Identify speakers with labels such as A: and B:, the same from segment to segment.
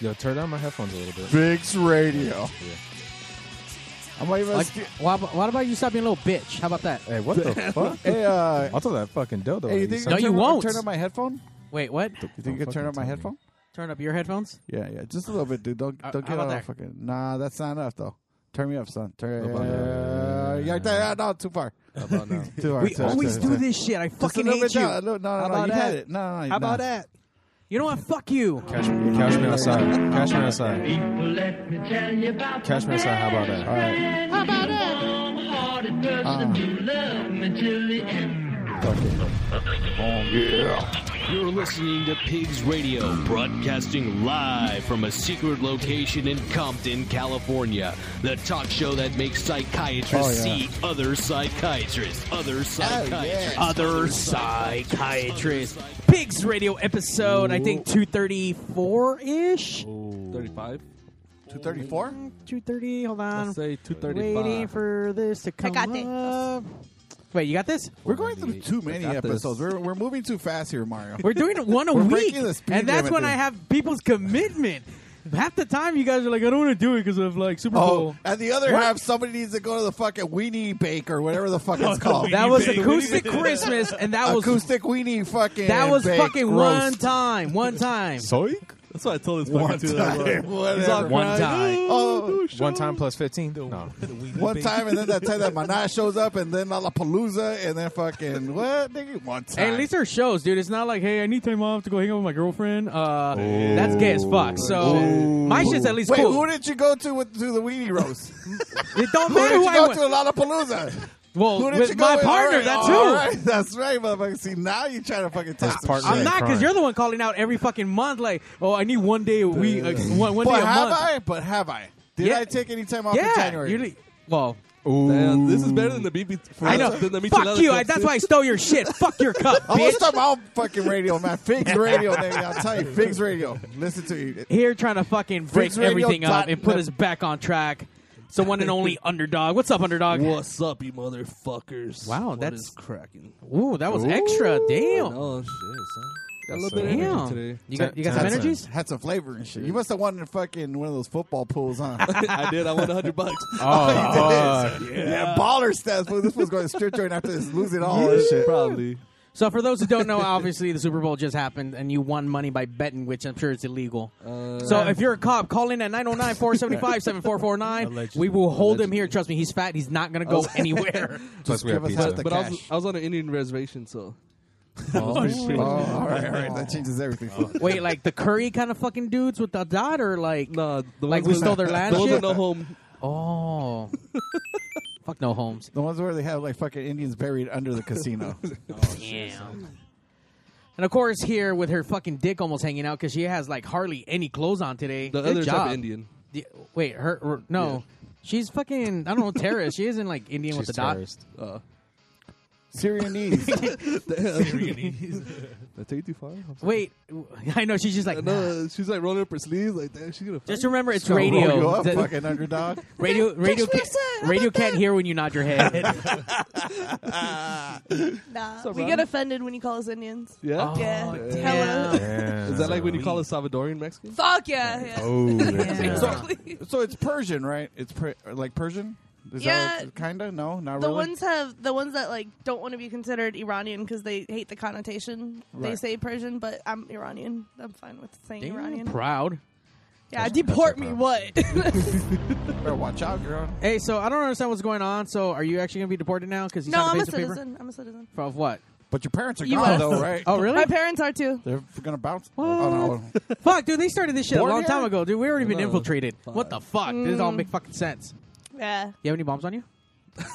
A: Yo, turn down my headphones a little bit.
B: Bigs Radio. I'm not even.
C: Like, why, why about you stop being a little bitch? How about that?
A: Hey, what the fuck?
B: hey, uh,
A: I'll throw that fucking dildo.
B: hey, you
A: at
B: think
A: son.
C: No,
B: I
C: you
B: turn-
C: won't.
B: Turn on my headphone.
C: Wait, what?
B: You think you
A: Don't
B: could turn
A: fucking
B: on my
A: tell me.
B: headphone?
C: Turn up your headphones?
B: Yeah, yeah, just a little bit, dude. Don't
C: Uh,
B: don't
C: how
B: get
C: about
B: all
C: there?
B: fucking. Nah, that's not enough though. Turn me up, son. Turn.
A: Up on
B: Uh, yeah, yeah, no, too far.
A: How about now?
B: Too far.
C: We
B: too,
C: always
B: too,
C: do
B: too.
C: this shit. I
B: Just a
C: fucking
B: little
C: hate
B: bit
C: you.
B: down. No, no, no,
C: How
B: no,
C: about
B: you had
C: that?
B: it. No, no, no,
C: How about
B: no.
C: that? You know what? Fuck you.
A: Cash me, cash me outside. Cash me outside.
D: Let me tell you about
A: Cash me outside. How about that?
B: All right.
D: warm-hearted person who loved me till the end.
E: You're listening to Pigs Radio, broadcasting live from a secret location in Compton, California. The talk show that makes psychiatrists
B: Oh, yeah. Oh,
E: see other psychiatrists, other
F: Oh,
E: psychiatrists,
C: Other psychiatrist. Pigs Radio episode, I think 234 ish.
G: 35.
B: Two thirty-four.
C: 230, hold on.
G: Let's say
C: Waiting
G: 235.
C: for this to come
H: got this.
C: up. Wait, you got this?
B: We're going through too many
G: got this.
B: episodes. We're we're moving too fast here, Mario.
C: We're doing one a
B: We're
C: week,
B: breaking the speed
C: and that's
B: limit,
C: when
B: dude.
C: I have people's commitment. Half the time, you guys are like, "I don't want to do it because of like Super Bowl."
B: Oh, and the other half, somebody needs to go to the fucking weenie bake or whatever the fuck it's called.
C: that was acoustic Christmas, and that was
B: acoustic weenie fucking.
C: that was
B: baked
C: fucking one
B: roast.
C: time, one time,
A: Soik?
G: That's what I told this
B: One
G: fucking dude. I
B: time,
G: love. He's
B: whatever.
G: all
A: One
G: crying.
C: time.
B: Oh,
A: One time plus 15? No.
B: one time, and then that time that Mana shows up, and then Lollapalooza, and then fucking what? Nigga, one time.
C: Hey, at least our shows, dude. It's not like, hey, I need time off to go hang out with my girlfriend. Uh, that's gay as fuck. So my shit's at least
B: Wait,
C: cool.
B: who did you go to with, to the weenie roast?
C: it don't
B: who
C: matter
B: did
C: who
B: you
C: I
B: go
C: went.
B: to Lollapalooza?
C: well,
B: Who did you
C: with
B: go
C: my
B: with? All
C: partner,
B: right,
C: that
B: all
C: too.
B: right, that's right, motherfucker. See, now you're trying to fucking talk some
A: partner.
B: shit.
C: I'm not because
A: Crying.
C: you're the one calling out every fucking month. Like, oh, I need one day a week, uh, one, one day
B: But
C: a
B: have
C: month.
B: I? But have I? Did
C: Yeah.
B: I take any time off in
C: yeah,
B: January?
C: you're li- well,
G: Damn, this is better than the BB. For
C: I know.
G: Than the
C: Fuck
G: Michelada
C: you.
G: cups,
C: I, that's
G: dude.
C: why I stole your shit. Fuck your cup,
B: I'm gonna
C: bitch.
B: start my own fucking radio, man. Figs Radio, nigga. I'll tell you, Figs Radio. Listen to you.
C: Here trying to fucking break
B: Freaksradio
C: everything
B: dot
C: up and put
B: net.
C: us back on track. It's the one and only underdog. What's up, underdog?
G: What's up, you motherfuckers?
C: Wow,
G: What
C: that's-
G: is cracking.
C: Ooh, that was extra. Damn.
G: Oh shit, son. Got a
A: That's
G: little bit of
A: it.
G: energy
C: Damn.
G: today.
C: You got, you got
A: Ten-
C: some
A: ten.
C: energies?
B: Had some flavor and shit. You must have won in fucking one of those football pools, huh?
G: I did. I won a hundred bucks.
A: Oh, fuck.
B: yeah. baller stats. Fool. This was going to strip joint after this losing all this shit.
G: Probably.
C: So, for those who don't know, obviously the Super Bowl just happened and you won money by betting, which I'm sure is illegal. so, if you're a cop, call in at 909 475 7449. We will hold him here. Trust me, he's fat. He's not going to go anywhere.
A: Plus, we have
B: give us half
A: pizza.
B: the-
G: But I was,
B: cash.
G: I was on an Indian reservation, so
B: Oh, all right, all right. That changes everything. fool.
C: Wait, like the curry kind of fucking dudes with the dot, or like
G: nah. The
C: Like
G: ones
C: we
G: that-
C: stole their land
G: The ones with
C: shit?
G: no home.
C: Oh. Fuck no homes.
B: The ones where they have like fucking Indians buried under the casino.
C: Damn. And of course, here with her fucking dick almost hanging out because she has like hardly any clothes on today.
G: The
C: Good
G: other
C: job.
G: type of Indian.
C: The- wait, her, her- no, she's fucking I don't know terrorist. she isn't like Indian
A: She's
C: with the dot.
A: terrorist.
G: Uh,
B: Syrianese.
G: Did I take it too far? I'm sorry.
C: Wait, I know she's just like nah.
G: No, she's like rolling up her sleeves, like damn, she's gonna.
C: Just remember, it's
B: Gonna roll you
C: radio.
B: up,
C: The-
B: fucking underdog.
C: radio, radio, ca- radio can't hear when you nod your head.
H: Nah,
G: up,
H: we
G: bro?
H: get offended when you call us Indians.
G: Yeah.
H: yeah.
C: Oh,
H: Hello.
C: damn.
A: Damn.
G: Is that like when you call a Salvadorian Mexican?
H: Fuck yeah. yeah.
A: Oh,
H: Exactly.
B: So it's Persian, right? It's per- like Persian. Is
H: Yeah.
B: that kind of no, not
H: The
B: really.
H: ones have the ones that like don't want to be considered Iranian because they hate the connotation. They
B: Right.
H: say Persian, but I'm Iranian. I'm fine with saying
C: Damn,
H: Iranian.
C: proud.
H: yeah, deport me. What?
B: Better watch out, girl.
C: Hey, so I don't understand what's going on. So are you actually gonna be deported now? Because
H: no, I'm a
C: paper?
H: citizen. I'm a citizen.
C: For- Of what?
B: But your parents are
H: US.
B: gone though, right?
C: Oh, really?
H: My parents are too.
B: They're gonna bounce. Oh, no.
C: Fuck, dude, they started this shit
B: Born
C: a long
B: here? Oh,
C: time ago, dude. We already been
G: No.
C: infiltrated. What the fuck? This
H: Mm.
C: all make fucking sense.
H: Yeah,
C: You have any bombs on you?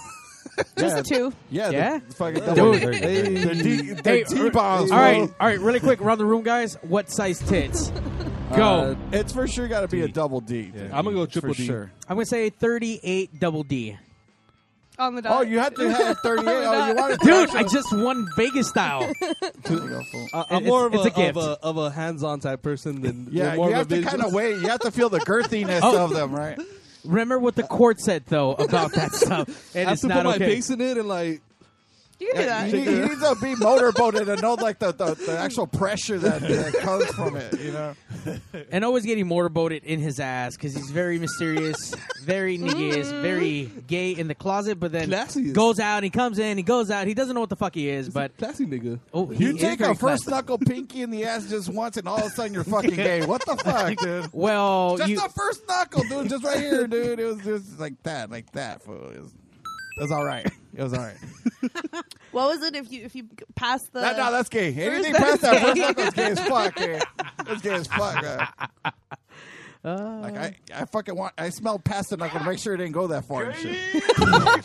H: just the two.
B: Yeah,
C: Yeah?
B: The fucking
C: Yeah.
B: double.
A: Dude.
B: They, they're D, they're
C: Hey,
B: T bombs.
C: all right, all right, really quick, around the room, guys. What size tits? Go.
B: Uh, it's for sure got to be a double D. dude.
G: I'm gonna go
B: for
G: triple D.
B: sure.
C: I'm gonna say 38 double D.
H: On the dot.
B: Oh, you had to have 38. oh, you wanted to.
C: Dude, I just won Vegas style.
G: I, Uh, I'm
C: It's-
G: more of,
C: it's
G: a,
C: a
G: of
C: gift.
G: a of a hands-on type person than
B: Yeah,
G: more
B: you
G: of
B: have
G: a
B: to kind of wait. You have to feel the girthiness
C: Oh.
B: of them, right?
C: Remember what the court said though about that stuff.
G: I
C: And
G: have
C: it's
G: to
C: not
G: put my
C: okay.
G: face in it and like
H: You can do that.
B: He, he needs to be motorboated to know like the, the, the actual pressure that, that comes from it. You know,
C: and always getting motorboated in his ass because he's very mysterious, very niggas, very gay in the closet. But then
G: Classy.
C: goes out, he comes in, he goes out. He doesn't know what the fuck he is, but
G: classy nigga.
C: oh, he
B: you
C: is
B: take
C: very
B: a first
C: classy.
B: knuckle pinky in the ass just once, and all of a sudden you're fucking gay. What the fuck, dude?
C: Well,
B: Just
C: you,
B: the first knuckle, dude. Just right here, dude. It was just like that, like that. Fool. It, was, it was all right. It was all right.
H: What was it if you if you passed the?
B: No, no, that's gay. Anything
H: that's
B: past that first knuckle's gay as fuck. eh. It's gay as fuck. eh. like I, I fucking want. I smelled past the knuckle to make sure it didn't go that far. And shit.
C: Uh,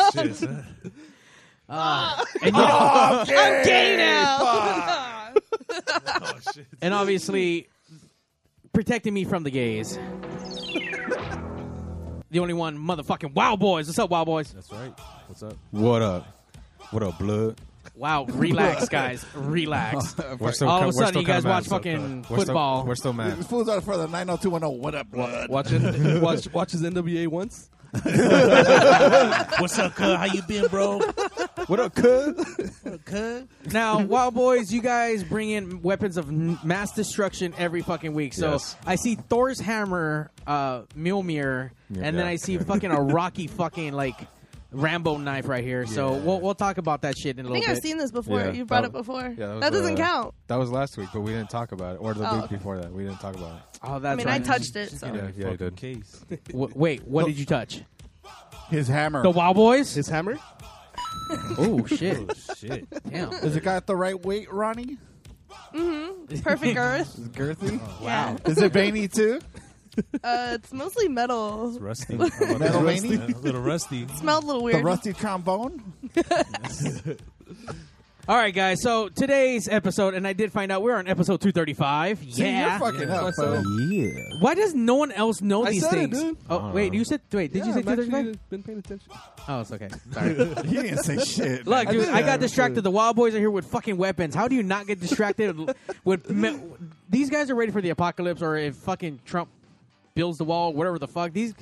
I: Ah.
F: Oh,
C: and you- uh,
B: Ah.
H: I'm gay now.
C: and obviously protecting me from the gays. the only one, motherfucking Wow Boys. What's up, Wow Boys?
A: That's right. What's up? What up? What up, blood?
C: Wow, relax, guys, relax.
A: We're still
C: All of
A: co-
C: a sudden,
A: we're still
C: you guys
A: kinda
C: watch
A: mad. uh,
C: fucking
A: We're still-
C: football.
A: We're still
B: This
A: mad.
B: fool's out for the 90210. oh, What up, blood?
G: Watch it. watch watch his NWA once.
F: What's up, cuz? How you been, bro?
A: What up, cuz?
F: Cuz?
C: Now, Wild Boys, you guys bring in weapons of n- mass destruction every fucking week. So
A: Yes.
C: I see Thor's hammer, uh, Mjolnir,
A: Yeah,
C: and then I
A: yeah,
C: see
A: yeah.
C: fucking a Rocky fucking like Rambo knife right here. So we'll we'll talk about that shit in a
H: I
C: little
H: think
C: bit.
H: I've seen this before.
A: Yeah,
H: you brought
A: that-
H: it before.
A: yeah,
H: that,
A: was,
H: doesn't
A: uh,
H: count.
A: That was last week, but we didn't talk about it. Or the
H: Oh,
A: week
H: okay.
A: before that, we didn't talk about it.
C: oh,
H: I
C: that's
H: mean, I
C: right.
H: touched it. So
A: Yeah, yeah, I did.
F: Case.
C: W- wait, what did you touch?
B: His hammer.
C: The Wild Boys?
G: His hammer.
C: oh shit!
F: Shit.
C: Damn.
B: Is it got the right weight, Ronnie?
H: Mm-hmm. perfect earth.
B: Is it girthy?
F: Oh,
H: wow.
B: Is it veiny too?
H: Uh, it's mostly metal.
F: Rusty. How about
B: Metal
F: that?
B: veiny?
F: A little rusty.
H: Smelled a little
B: The
H: weird.
B: rusty trombone?
C: All right, guys. So today's episode, and I did find out we're on episode two thirty five. Yeah.
B: See, you're fucking up, bro.
A: Yeah.
C: Why does no one else know
G: I
C: these
G: said it,
C: things?
G: dude.
C: Oh wait, you said wait. Did you
G: Yeah,
C: say
G: I've
C: two thirty
G: actually
C: five?
G: Been paying attention.
C: Oh, it's okay. Sorry.
B: He didn't say shit.
C: Look, dude,
B: did
C: I, got
B: that.
C: distracted. The Wild Boys are here with fucking weapons. How do you not get distracted? with me- these guys are ready for the apocalypse, or if fucking Trump builds the wall, whatever the fuck. These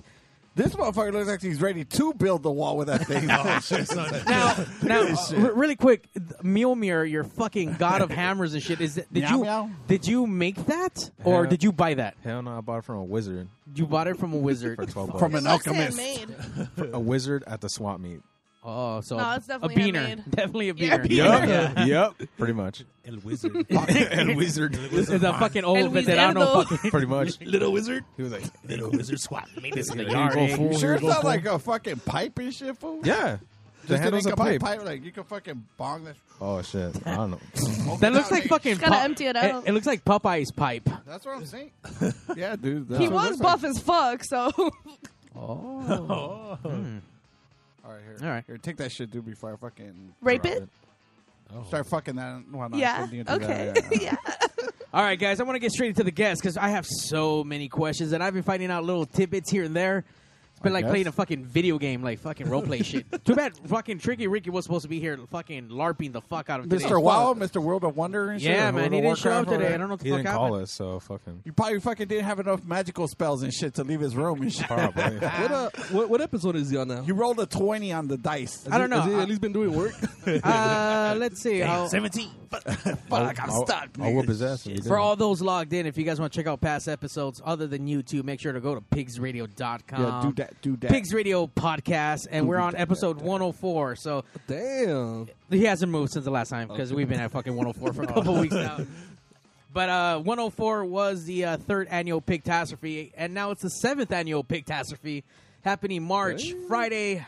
B: This motherfucker looks like he's ready to build the wall with that thing. Oh,
C: now, now, uh, re- really quick, th- Mjolnir, your fucking god of hammers and shit. Is it, did
B: Meow,
C: you
B: meow.
C: did you make that, or
A: Yeah.
C: did you buy that?
A: Hell no, I bought it from a wizard
C: You bought it from a wizard.
A: for 12 bucks.
B: From an
H: Looks
B: alchemist.
H: handmade.
A: a wizard at the swap meet.
C: Oh, so
H: No,
C: a-
H: it's definitely
C: a beaner,
H: handmade.
C: definitely a
H: Yeah,
C: beaner.
A: Yep. yep. Pretty much.
F: El Wizard.
A: and wizard.
C: It's a fucking old
H: El
C: veterano
H: Wizardo.
C: fucking.
A: Pretty much.
F: little Wizard?
A: He was like,
F: Little Wizard squat. Made this in the
C: Here you
F: yard.
C: go,
F: eh?
C: fool.
B: You sure
C: Here
B: it's
C: you go,
B: not
C: fool.
B: like a fucking pipe and shit, fool?
A: yeah. The
B: Just an
A: handle's a
B: incomplete
A: pipe.
B: pipe. Like, you can fucking bong this.
A: Oh shit! I don't know.
C: That looks like
B: Nowadays.
C: fucking.
H: Just gotta
C: Pop-
H: empty it out.
C: It, looks like Popeye's pipe.
B: That's what I'm saying. yeah, dude. that's
H: He
B: what it looks
H: was
B: like.
H: buff as fuck, so
C: Oh,
B: All right, here.
C: All right.
B: Here, take that shit, dude, before I fucking
H: rape
A: Drop
H: it.
B: Oh. start fucking that. Well, no, I
H: Yeah.
B: shouldn't even do
H: Okay.
B: that. Yeah.
H: yeah.
C: all right, guys. I want to get straight into the guests because I have so many questions, and I've been finding out little tidbits here and there. It's been
B: I
C: like
B: guess.
C: playing a fucking video game, like fucking roleplay shit. Too bad fucking Tricky Ricky was supposed to be here, fucking larping the fuck out of today.
B: Mr. Wow, Mr. World of Wonder and shit.
C: Yeah,
B: or
C: man,
B: World
C: he
B: of
C: didn't show
B: Warcraft
C: up
B: or
C: today. I
B: whatever.
C: don't know what the
A: He
C: fuck
A: didn't
C: happened.
A: call us, so fucking.
B: You probably fucking didn't have enough magical spells and shit to leave his room and shit.
A: Probably.
G: What, uh, what what episode is he on now?
B: you rolled a 20 on the dice.
C: I don't know.
G: Has he
C: I-
G: at least been doing work?
C: Uh, let's see.
F: Damn,
C: I'll-
F: 17. Fuck, Fuck, I'm
A: I'll-
F: stuck.
A: I'll whoop his ass if he
F: Shit.
A: didn't.
C: For all those logged in, if you guys want to check out past episodes other than YouTube, make sure to go to pigsradio.com.
B: yeah, do that, do that.
C: Pigs Radio podcast, and we're on episode 104. So
G: Damn.
C: he hasn't moved since the last time because we've been at fucking 104 for a couple weeks now. But uh, 104 was the uh, third annual Pigtastrophe, and now it's the seventh annual Pigtastrophe happening March, Friday.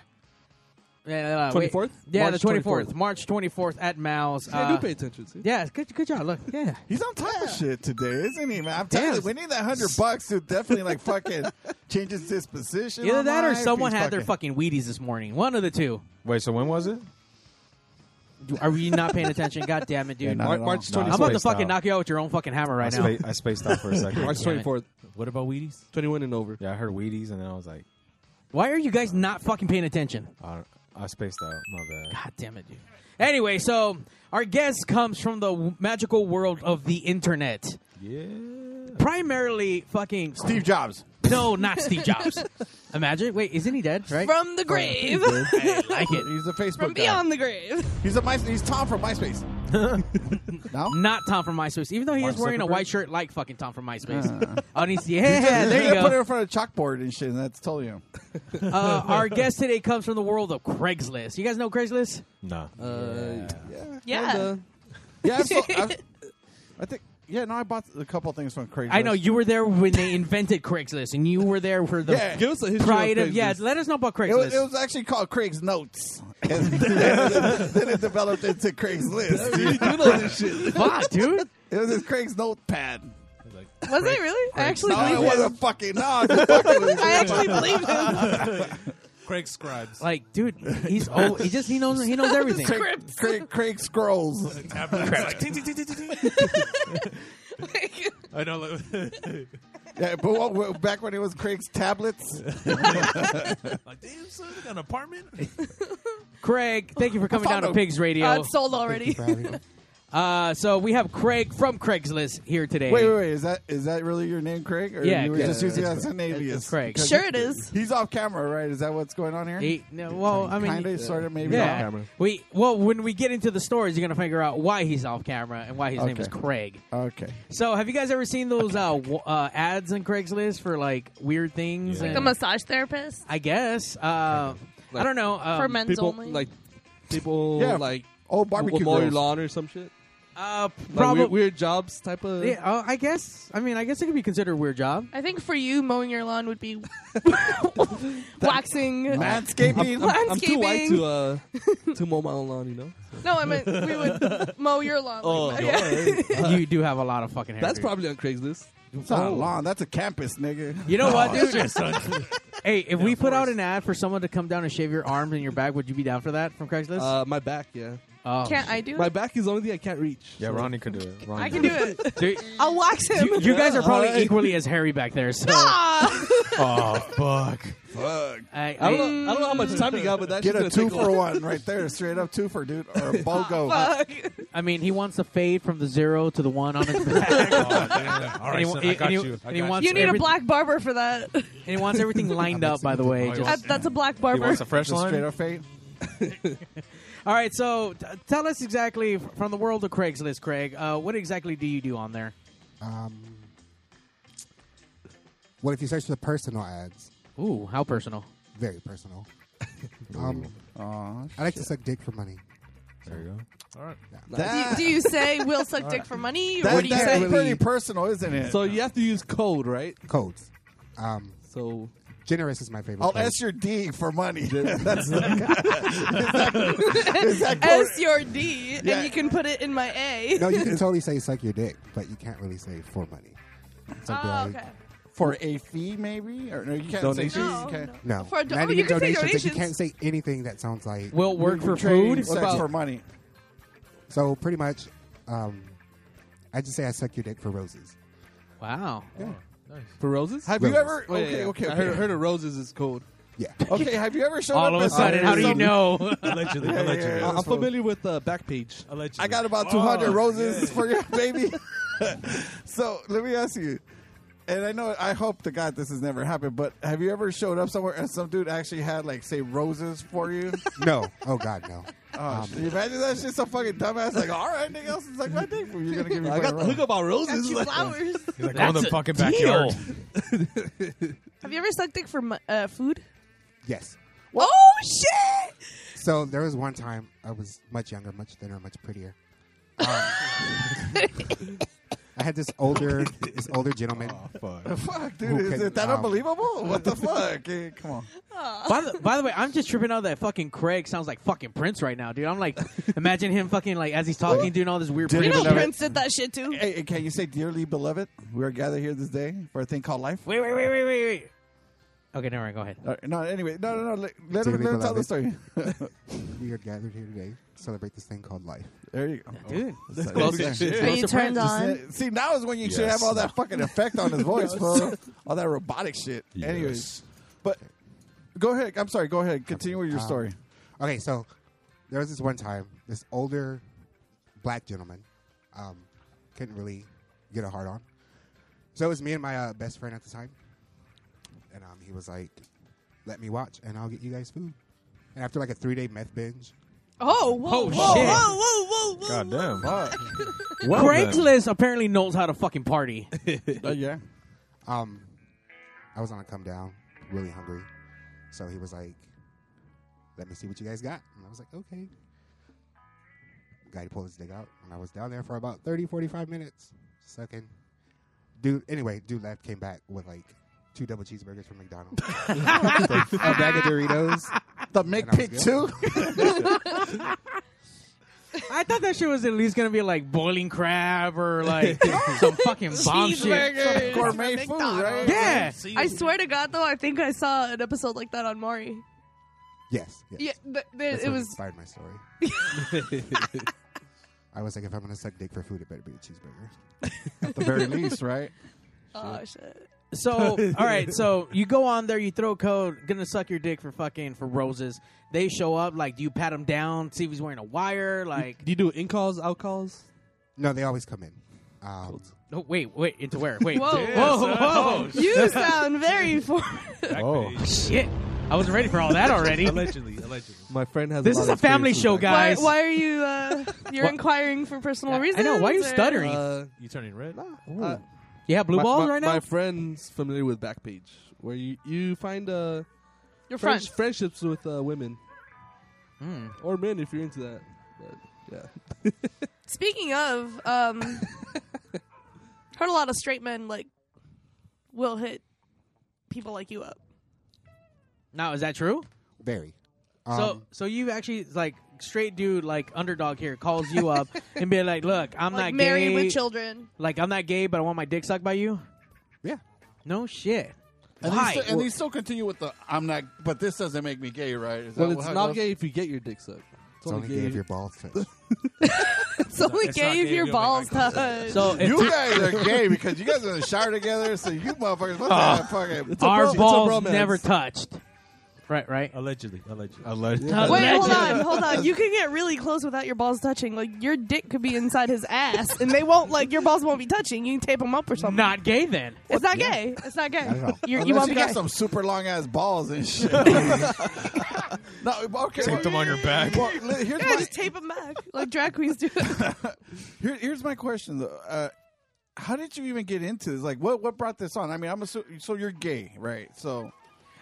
C: Uh, wait.
G: 24th?
C: Yeah,
G: March
C: the 24th.
G: 24th.
C: March 24th at Mal's.
G: I
C: Uh,
G: do pay attention. See?
C: yeah, good, good job. Look, yeah.
B: He's on top of shit today, isn't he, man? I'm telling
C: Damn.
B: you, we need that hundred bucks to definitely like fucking change his disposition.
C: Either
B: on
C: that or
B: life.
C: someone
B: He's
C: had their fucking Wheaties this morning. One of the two.
A: Wait, so when was it?
C: Do- Are we not paying attention? God damn it, dude.
B: Yeah, no,
G: Mar-
B: no, no.
G: March
A: No, I
C: I'm
G: 24th.
C: about to
A: spaced
C: fucking
A: out.
C: knock you out with your own fucking hammer
A: I,
C: right now.
A: spa- I spaced out for a second.
G: March
C: Damn it.
G: 24th.
F: What about Wheaties?
G: 21 and over.
A: Yeah, I heard Wheaties, and then I was like,
C: Why are you guys not fucking paying attention?
A: I, don't- I spaced out. My bad.
C: God damn it, dude. Anyway, so our guest comes from the w- magical world of the internet.
A: Yeah.
C: Primarily fucking
B: Steve Jobs.
C: No, not Steve Jobs. Imagine. Wait, isn't he dead? Right?
H: From the grave.
C: I like it.
B: He's a Facebook
H: From
B: guy.
H: beyond the grave.
B: He's a my, he's Tom from MySpace. no,
C: Not Tom from MySpace, even though he
B: Mark
C: is wearing a
B: Zuckerberg? Uh-huh.
C: white shirt like fucking Tom from MySpace. oh, and he's, yeah, there you
B: Put it
C: go.
B: in front of a chalkboard and shit, and that's totally him.
C: Uh, our guest today comes from the world of Craigslist. You guys know Craigslist?
A: Nah.
G: Uh,
H: Yeah.
G: kinda.
B: Yeah, I've sold, I've, I think. Yeah, no, I bought a couple things from Craigslist.
C: I know you were there when they invented Craigslist, and you were there for the
B: Yeah.
G: Give us a history
C: pride
G: of
C: of. Yeah,
G: Craigslist.
C: let us know about Craigslist.
B: It was, it was actually called Craig's Notes, and then, then it developed into Craig's List.
G: You do know this shit.
C: Fuck, dude.
B: It was his Craig's Notepad.
H: Was it really? I actually
B: No, it
H: believe him.
B: wasn't fucking. No, I just fucking with you.
H: I actually believe him.
F: Craig Scribes.
C: Like, dude, he's oh, he just he knows he knows everything.
B: Craig, Craig, Craig scrolls.
F: Like, ting, ting, ting, ting, ting, ting.
H: Like,
F: I know. Like,
B: Yeah, but what- what- back when it was Craig's tablets,
F: like, damn, son, you got an apartment?
C: Craig, thank you for coming down to
B: Follow.
C: Pigs Radio.
H: uh, it's sold already.
C: Uh, so we have Craig from Craigslist here today.
B: wait, wait, wait, is that is that really your name, Craig? Or
C: Yeah,
B: you were
C: yeah,
B: just using that as an
C: It's
B: alias,
C: Craig.
H: Sure it is.
B: He's off camera, right? Is that what's going on here?
C: He- no, well, I mean,
B: kind of, sort of, maybe.
C: yeah.
B: Off
C: We well, when we get into the stories, you're gonna figure out why he's off camera and why his name
B: Okay.
C: is Craig.
B: camera. Okay.
C: So, have you guys ever seen those uh, w- uh, ads on Craigslist for like weird things?
A: Yeah.
H: The
C: And,
H: massage therapist
C: I guess. Uh, I
G: Like-
C: don't know. Um,
H: for men's
G: People
H: only.
G: like people
B: Yeah.
G: like
B: Oh,
G: will
B: barbecue
G: mow your
B: girls.
G: lawn or some shit.
C: uh,
G: Like
C: probably.
G: weird, weird jobs type of.
C: yeah, uh, I guess. I mean, I guess it could be considered a weird job.
H: I think for you, mowing your lawn would be waxing.
B: Manscaping.
G: I'm too white
H: landscaping.
G: to uh to mow my own lawn, you know.
H: No, I meant we would mow your lawn.
G: Oh,
H: Yeah.
C: you do have a lot of fucking hair.
G: That's
C: dude.
G: probably on Craigslist.
B: It's not a lawn. That's a campus, nigga.
C: You
G: Oh,
C: know what, dude?
F: Yes, son.
C: Hey, if we put out
F: course.
C: an ad for someone to come down and shave your arms and your back, would you be down for that from Craigslist?
G: Uh, my back, yeah.
C: oh,
H: Can't I do
G: My
H: it?
G: back is the only thing I can't reach.
A: Yeah, Ronnie could do it. Ronnie
H: I can do it.
C: dude,
H: I'll wax him.
C: you, you guys are probably
G: Alright.
C: equally as hairy back there. So
H: Ah!
A: Oh, fuck.
B: Fuck.
C: I,
G: I don't know. I don't know how much time you got, but that's
B: Get a
G: just gonna
B: two
G: take a
B: for one right there, straight up two for dude or a bogo.
H: Fuck.
C: I mean, he wants to fade from the zero to the one on his back.
F: Oh, damn. All right,
C: And he-
F: son, I got
C: and he-
F: you. I
C: and he
F: got
C: wants-
F: you.
H: You need a
C: everyth-
H: black barber for that.
C: and he wants everything lined up. By the way,
F: Oh, he
C: Just-
H: That- That's a black
A: He
H: barber.
A: wants a fresh
B: Just
A: line?
B: straight up fade.
C: all right. So t- tell us exactly f- from the world of Craigslist, Craig. Uh, what exactly do you do on there?
J: Well, Um, if you search for the personal ads,
C: Ooh, how personal.
J: very personal. um,
B: Aw,
J: I like to suck dick for money.
A: There you go.
F: All right.
H: Do you,
B: that,
H: do you say we'll suck dick for money? Or
B: that,
H: what do you
B: that's
H: say?
J: really-
B: pretty personal, isn't it?
G: So you have to use code, right?
J: Codes. Um,
G: So
J: generous is my favorite.
B: I'll
J: code.
B: S your D for money. that's the,
H: S your D,
B: Yeah.
H: and you can put it in my A.
J: no, you can totally say suck your dick, but you can't really say for money. So be
H: Oh,
J: like,
H: okay.
B: for a fee, maybe or no? You can't say
G: Donation?
B: fees.
H: No,
B: you can't.
H: no.
J: No,
H: For a do-
J: not
H: oh,
J: even
H: you can say
J: donations. like, You can't
H: donations.
J: say anything that sounds like.
C: Will work for
B: Trade
C: food.
B: sex
G: about-
B: for money?
J: so pretty much, um, I just say I suck your dick for roses.
C: Wow.
G: for roses.
B: Have you
J: Roses.
B: ever?
C: Oh,
G: Wait,
B: okay,
G: yeah,
B: okay,
G: I
B: okay.
G: heard, heard of roses is code.
J: Yeah.
B: Okay, have you ever shown
C: All
B: up
C: of a
B: at-
C: sudden, how do you
B: some-
C: know?
F: Allegedly,
B: Yeah, yeah,
F: allegedly.
B: yeah.
G: I'm
B: That's what-
G: familiar with uh, Backpage.
F: allegedly.
B: I got about 200
F: Oh,
B: roses
F: yeah.
B: for your baby. so let me ask you, and I know, I hope to God this has never happened, but have you ever showed up somewhere and some dude actually had, like, say, roses for you?
J: No. Oh God, no.
B: Oh,
C: Um,
B: shit. you imagine that shit? Some fucking dumbass, like, all right, nigga, else is like my dick for you. You're going to give me
G: I got the
B: fucking
G: hook up on
H: Got
G: roses.
H: you flowers.
A: He's like, go in
C: That's a
A: the fucking
C: deal.
A: backyard.
H: Have you ever sucked dick for mo- uh, food?
J: Yes.
H: Oh shit!
J: So there was one time I was much younger, much thinner, much prettier. Um, I had this older this older gentleman.
A: Fuck.
B: Fuck, dude, is
J: Okay,
B: it that
J: um,
B: unbelievable? What the fuck? Eh, come on.
C: by, the, by the way, I'm just tripping out that fucking Craig sounds like fucking Prince right now, dude. I'm like, imagine him fucking like as he's talking, doing all this weird.
B: Did
H: You
B: Even
H: know
B: though it-
H: Prince did that shit too.
B: Hey, hey, can you say, dearly beloved, we are gathered here this day for a thing called life?
C: Wait, wait, wait, wait, wait, wait. Okay, never mind. Go ahead.
B: Uh, No, anyway, no, no, no. Let, let,
J: Dearly
B: him, let him tell the
J: beloved.
B: story.
J: We are gathered here today to celebrate this thing called life.
B: there you go. Oh,
C: Dude,
B: Yeah.
H: Are you turned
B: Yeah,
H: on?
B: See, now is when you should
A: Yes.
B: have all that fucking effect on his voice, bro. All that robotic shit. Anyways, but go ahead. I'm sorry. Go ahead. Continue with your
J: Um,
B: story.
J: Okay, so there was this one time, this older black gentleman um, couldn't really get a hard on. So it was me and my uh, best friend at the time. and um, he was like, "Let me watch, and I'll get you guys food." And after like a three day meth binge,
H: Oh, whoa,
C: Oh,
H: whoa,
C: shit.
H: whoa, whoa, whoa, whoa.
A: Goddamn. Well, then.
C: Craigslist apparently knows how to fucking party.
B: Oh, yeah.
J: um, I was on a come down, really hungry, so he was like, "Let me see what you guys got," and I was like, "Okay." Guy pulled his dick out, and I was down there for about 30, 45 minutes, sucking. Dude, anyway, dude left, came back with like two double cheeseburgers from McDonald's, a bag of Doritos.
B: The McPick, too?
C: I thought that shit was at least gonna be like boiling crab or like some fucking bomb shit.
H: Cheeseburgers.
B: Gourmet
H: from
B: food,
H: McDonald's.
B: right?
C: Yeah.
F: See,
H: I swear to God, though, I think I saw an episode like that on Maury.
J: Yes, yes.
H: Yeah, but there,
J: That's
H: it
J: what
H: was.
J: inspired my story. I was like, if I'm gonna suck dick for food, it better be a cheeseburger.
B: At the very least, right?
H: Oh shit!
C: So all right, so you go on there, you throw code, gonna suck your dick for fucking for roses. They show up, like, do you pat him down, see if he's wearing a wire, like?
G: Do you do in calls, out calls?
J: No, they always come in. Um,
C: No, wait, wait, into where? Wait, Oh,
H: Whoa.
C: whoa, whoa,
H: You sound very for.
A: Oh,
C: shit! I wasn't ready for all that already.
F: allegedly, allegedly.
G: My friend has.
C: This
G: a lot
C: is
G: of
C: a family
G: experience
C: show,
G: with that.
H: Why,
C: guys.
H: why are you? Uh, you're inquiring for personal reasons.
C: I know. Why are you
H: or-
C: stuttering?
G: Uh,
F: You turning red?
G: uh,
C: you have blue
G: my-
C: balls
G: my-
C: right now.
G: My friend's familiar with Backpage, where you you find uh
H: Your
G: friends-
H: friend.
G: friendships with uh, women
C: Hmm.
G: or men if you're into that. But, yeah.
H: Speaking of, um, heard a lot of straight men like will hit people like you up.
C: Now, is that true?
J: very. Um,
C: so, so you actually like straight dude, like underdog here, calls you up and be like, "Look, I'm
H: like
C: not
H: married
C: gay.
H: with children.
C: Like, I'm not gay, but I want my dick sucked by you."
J: Yeah.
C: No shit.
B: And,
C: Why?
B: They still, and they still continue with the I'm not, but this doesn't make me gay, right? Is
G: Well,
B: that
G: it's
B: how it
G: not
B: goes?
G: gay if you get your dick sucked. It's,
J: it's only gay if your balls touch.
H: It's
F: it's
H: only
F: not
H: gay if
F: gay,
H: your
F: you don't
H: balls
F: make eye
H: touch.
C: So, if
B: You guys are gay because you guys are in the shower together, so you motherfuckers must
H: Ah.
C: Ah.
B: have fucking.
G: a bro-
C: our
G: it's a
C: balls
G: bromance.
C: never touched, right? Right.
F: Allegedly, allegedly.
A: alleged.
H: Wait, hold
C: Allegedly.
H: on, hold on. You can get really close without your balls touching. Like your dick could be inside his ass, and they won't like your balls won't be touching. You can tape them up or something.
C: Not gay then.
H: it's not gay. It's not gay.
J: at all.
H: You're, you
B: Unless
H: won't
B: you
H: be
B: got
H: gay.
B: some super long ass balls and shit. no, okay. well,
A: Take them on your back.
B: well, li- here's,
H: Yeah,
B: my,
H: just tape them back like drag queens do.
B: here- here's my question though. Uh, how did you even get into this? Like, what what brought this on? I mean, I'm assuming so you're gay, right? So,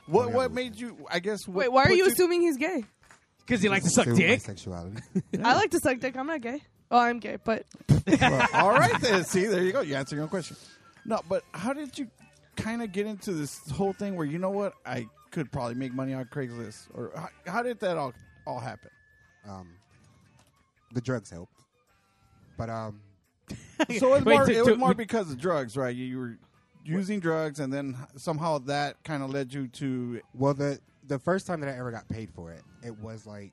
B: what what made you? I guess. What,
H: Wait, why are
B: put
H: you assuming he's gay?
C: Because he likes to suck
J: Assume my
C: dick.
J: Sexuality.
H: I like to suck dick. I'm not gay. Oh, I'm gay, but
B: Well, all right then. See, there you go. You answer your own question. No, but how did you kind of get into this whole thing where you know what I could probably make money on Craigslist, or how, how did that all all happen?
J: Um, the drugs helped, but um,
B: So it was
C: Wait,
B: more,
C: to-
B: it was
C: to-
B: more because of drugs, right? You, you were using drugs, and then somehow that kind of led you to
J: well, the the first time that I ever got paid for it, it was like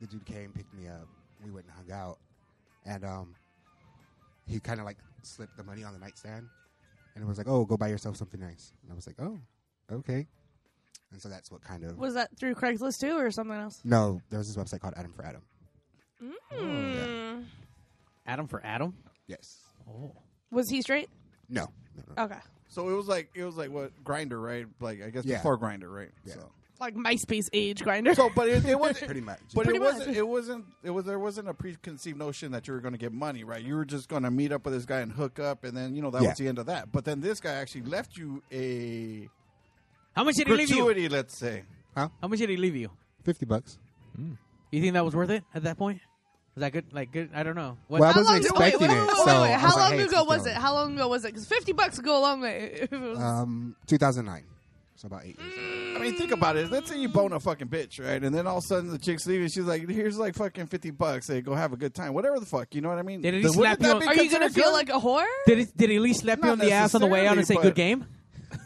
J: the dude came, picked me up, we went and hung out, and um, he kind of like slipped the money on the nightstand, and it was like, oh, go buy yourself something nice, and I was like, oh, okay, and so that's what kind of
H: was that through Craigslist too or something else?
J: no, there was this website called Adam for Adam.
H: Hmm.
C: Adam for Adam.
J: Yes.
C: Oh.
H: Was he straight?
J: No. no, no.
H: Okay.
B: so it was like it was like what grinder, right? Like I guess
J: Yeah.
B: before grinder, right?
J: Yeah.
B: So.
H: Like MySpace age grinder.
B: So, but it, it wasn't
J: Pretty much.
B: But
H: Pretty
B: it
H: much.
B: wasn't. It wasn't. It was. There wasn't a preconceived notion that you were going to get money, right? You were just going to meet up with this guy and hook up, and then you know that
J: Yeah.
B: was the end of that. But then this guy actually left you a
C: How much did he leave you?
B: gratuity, let's say.
C: How much did he leave you?
J: 50 bucks.
C: Hmm. You think that was worth it at that point? Was that good? Like good? I don't know. What,
J: Well, I
H: How
J: wasn't
H: long? Wait, wait, wait,
J: expecting
H: wait,
J: it.
H: wait,
J: so
H: wait.
J: I
H: How
J: was like,
H: long
J: hey, it's
H: ago was
J: $50.
H: it? How long ago was it? Because fifty bucks would go a long way. If it was-
J: Um, 2009. So about eight years. ago.
B: I mean, think about it. Let's say you bone a fucking bitch, right? And then all of a sudden the chick's leaving. She's like, "Here's like fucking fifty bucks. Hey, go have a good time. Whatever the fuck, you know what I mean?"
C: Did he
B: Then
C: slap
B: wouldn't
C: you
B: that
C: on-
B: be
H: Are you gonna
B: considered
H: feel
B: good?
H: like a whore?
C: Did it, did he at least slap you
B: Not
C: on the ass on the way out and say
B: necessarily,
C: good game?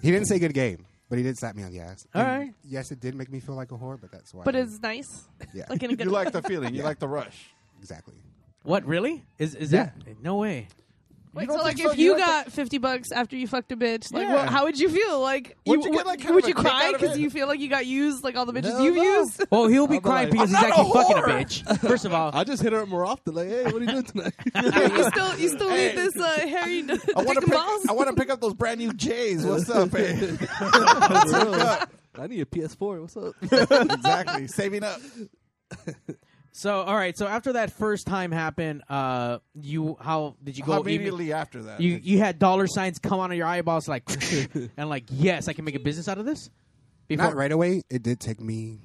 J: He didn't say good game, but he did slap me on the ass.
C: All
J: And
C: right.
J: Yes, it did make me feel like a whore, but that's why.
H: But
J: I-
H: it's nice.
J: Yeah.
H: Like in a good
B: You like the feeling. You like the rush.
J: exactly.
C: What really? Is is that? No way.
H: Wait,
B: don't
H: so like
B: think so?
H: if
B: You
H: you,
B: don't
H: got fifty bucks after you fucked a bitch, like
B: Yeah.
H: what, how would you feel? Like,
B: Would
H: you,
B: you get, like, kind
H: would
B: of
H: you
B: a kick
H: cry
B: out of
H: because
B: it?
H: you feel like you got used, like all the bitches
G: Hell
H: you've
G: no.
H: used?
C: Well, he'll be
G: I'll be
C: crying
G: like,
C: because he's
B: "I'm not
C: actually
B: a
C: fucking a
B: whore!"
C: bitch. First of all,
G: I just hit her up more often. Like, hey, what are you doing tonight?
H: you still you still need this uh, hairy dick
B: I want to
H: and
B: pick.
H: balls.
B: I want to pick up those brand new J's. What's up, hey?
G: I need a PS4. What's up?
B: exactly. Saving up.
C: so all right. So after that first time happened, uh, you how did you go? imme-
B: immediately after that.
C: you you had dollar signs come out of your eyeballs like, and like yes, I can make a business out of this. Before
J: Not right away. It did take me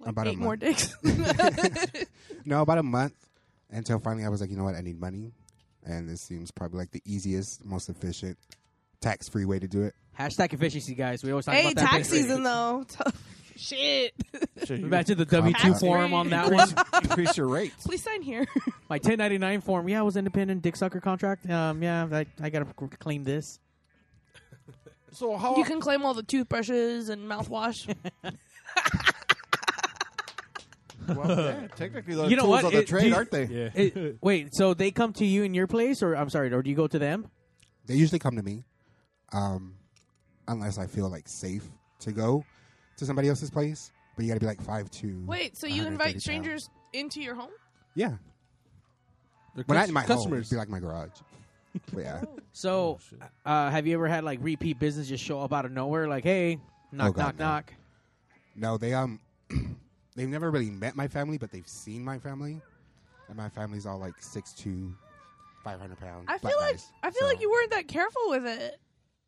H: Like,
J: about a
H: eight more
J: month.
H: dicks.
J: no about a month until finally I was like, you know what? I need money, and this seems probably like the easiest, most efficient, tax-free way to do it.
C: hashtag efficiency, guys. We always talk
H: hey,
C: about that.
H: tax
C: thing.
H: season though. Shit.
C: Imagine the W two
J: Tax
C: form on
H: rate.
C: that one.
B: increase your rates.
H: Please sign here.
C: My ten ninety nine form. Yeah, I was independent dick sucker contract. Um, yeah, I, I gotta c- claim this.
B: So how
H: you can claim all the toothbrushes and mouthwash.
B: well, yeah, technically those
C: You know
B: tools
C: what?
B: of the
C: It- do
B: trade,
C: you-
B: aren't they? Yeah.
C: It- wait, so they come to you in your place, or I'm sorry, or do you go to them?
J: They usually come to me, um, unless I feel like safe to go to somebody else's place. But you got to be like five to.
H: Wait, so you
J: 130
H: invite
J: pounds.
H: strangers into your home?
J: Yeah, but not in my home. It'd be like my garage. But yeah, Oh,
C: So, uh, have you ever had like repeat business just show up out of nowhere? Like, hey, knock,
J: Oh,
C: knock,
J: God, no.
C: knock.
J: no, they um, they've never really met my family, but they've seen my family, and my family's all like six to five hundred pounds.
H: I feel
J: black
H: like
J: guys.
H: I feel
J: So,
H: like you weren't that careful with it.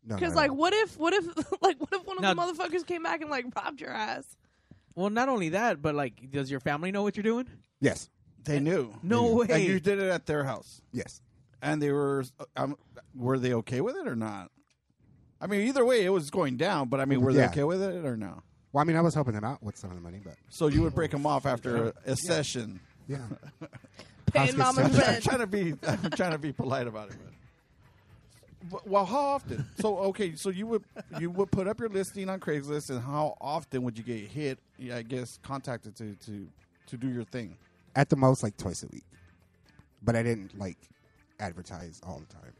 J: no, no,
H: Because
J: no.
H: like, what if, what if, like, what if one of
C: Now-
H: the motherfuckers came back and like robbed your ass?
C: Well, not only that, but like, does your family know what you're doing?
J: yes,
B: They knew.
C: No way.
B: And you did it at their house,
J: yes.
B: and they were. Um, were they okay with it or not? I mean, either way, it was going down. But I mean, were they
J: Yeah.
B: okay with it or no?
J: Well, I mean, I was helping them out with some of the money, but
B: So you would break them off after a, a session.
J: yeah,
H: Paying
J: House
H: mama's
J: gets
B: I'm
H: rent.
B: trying to be. I'm trying to be polite about it. But. But- Well, how often? So okay, so you would you would put up your listing on Craigslist, and how often would you get hit? Yeah, I guess contacted to to to do your thing.
J: at the most like twice a week, but I didn't like advertise all the time.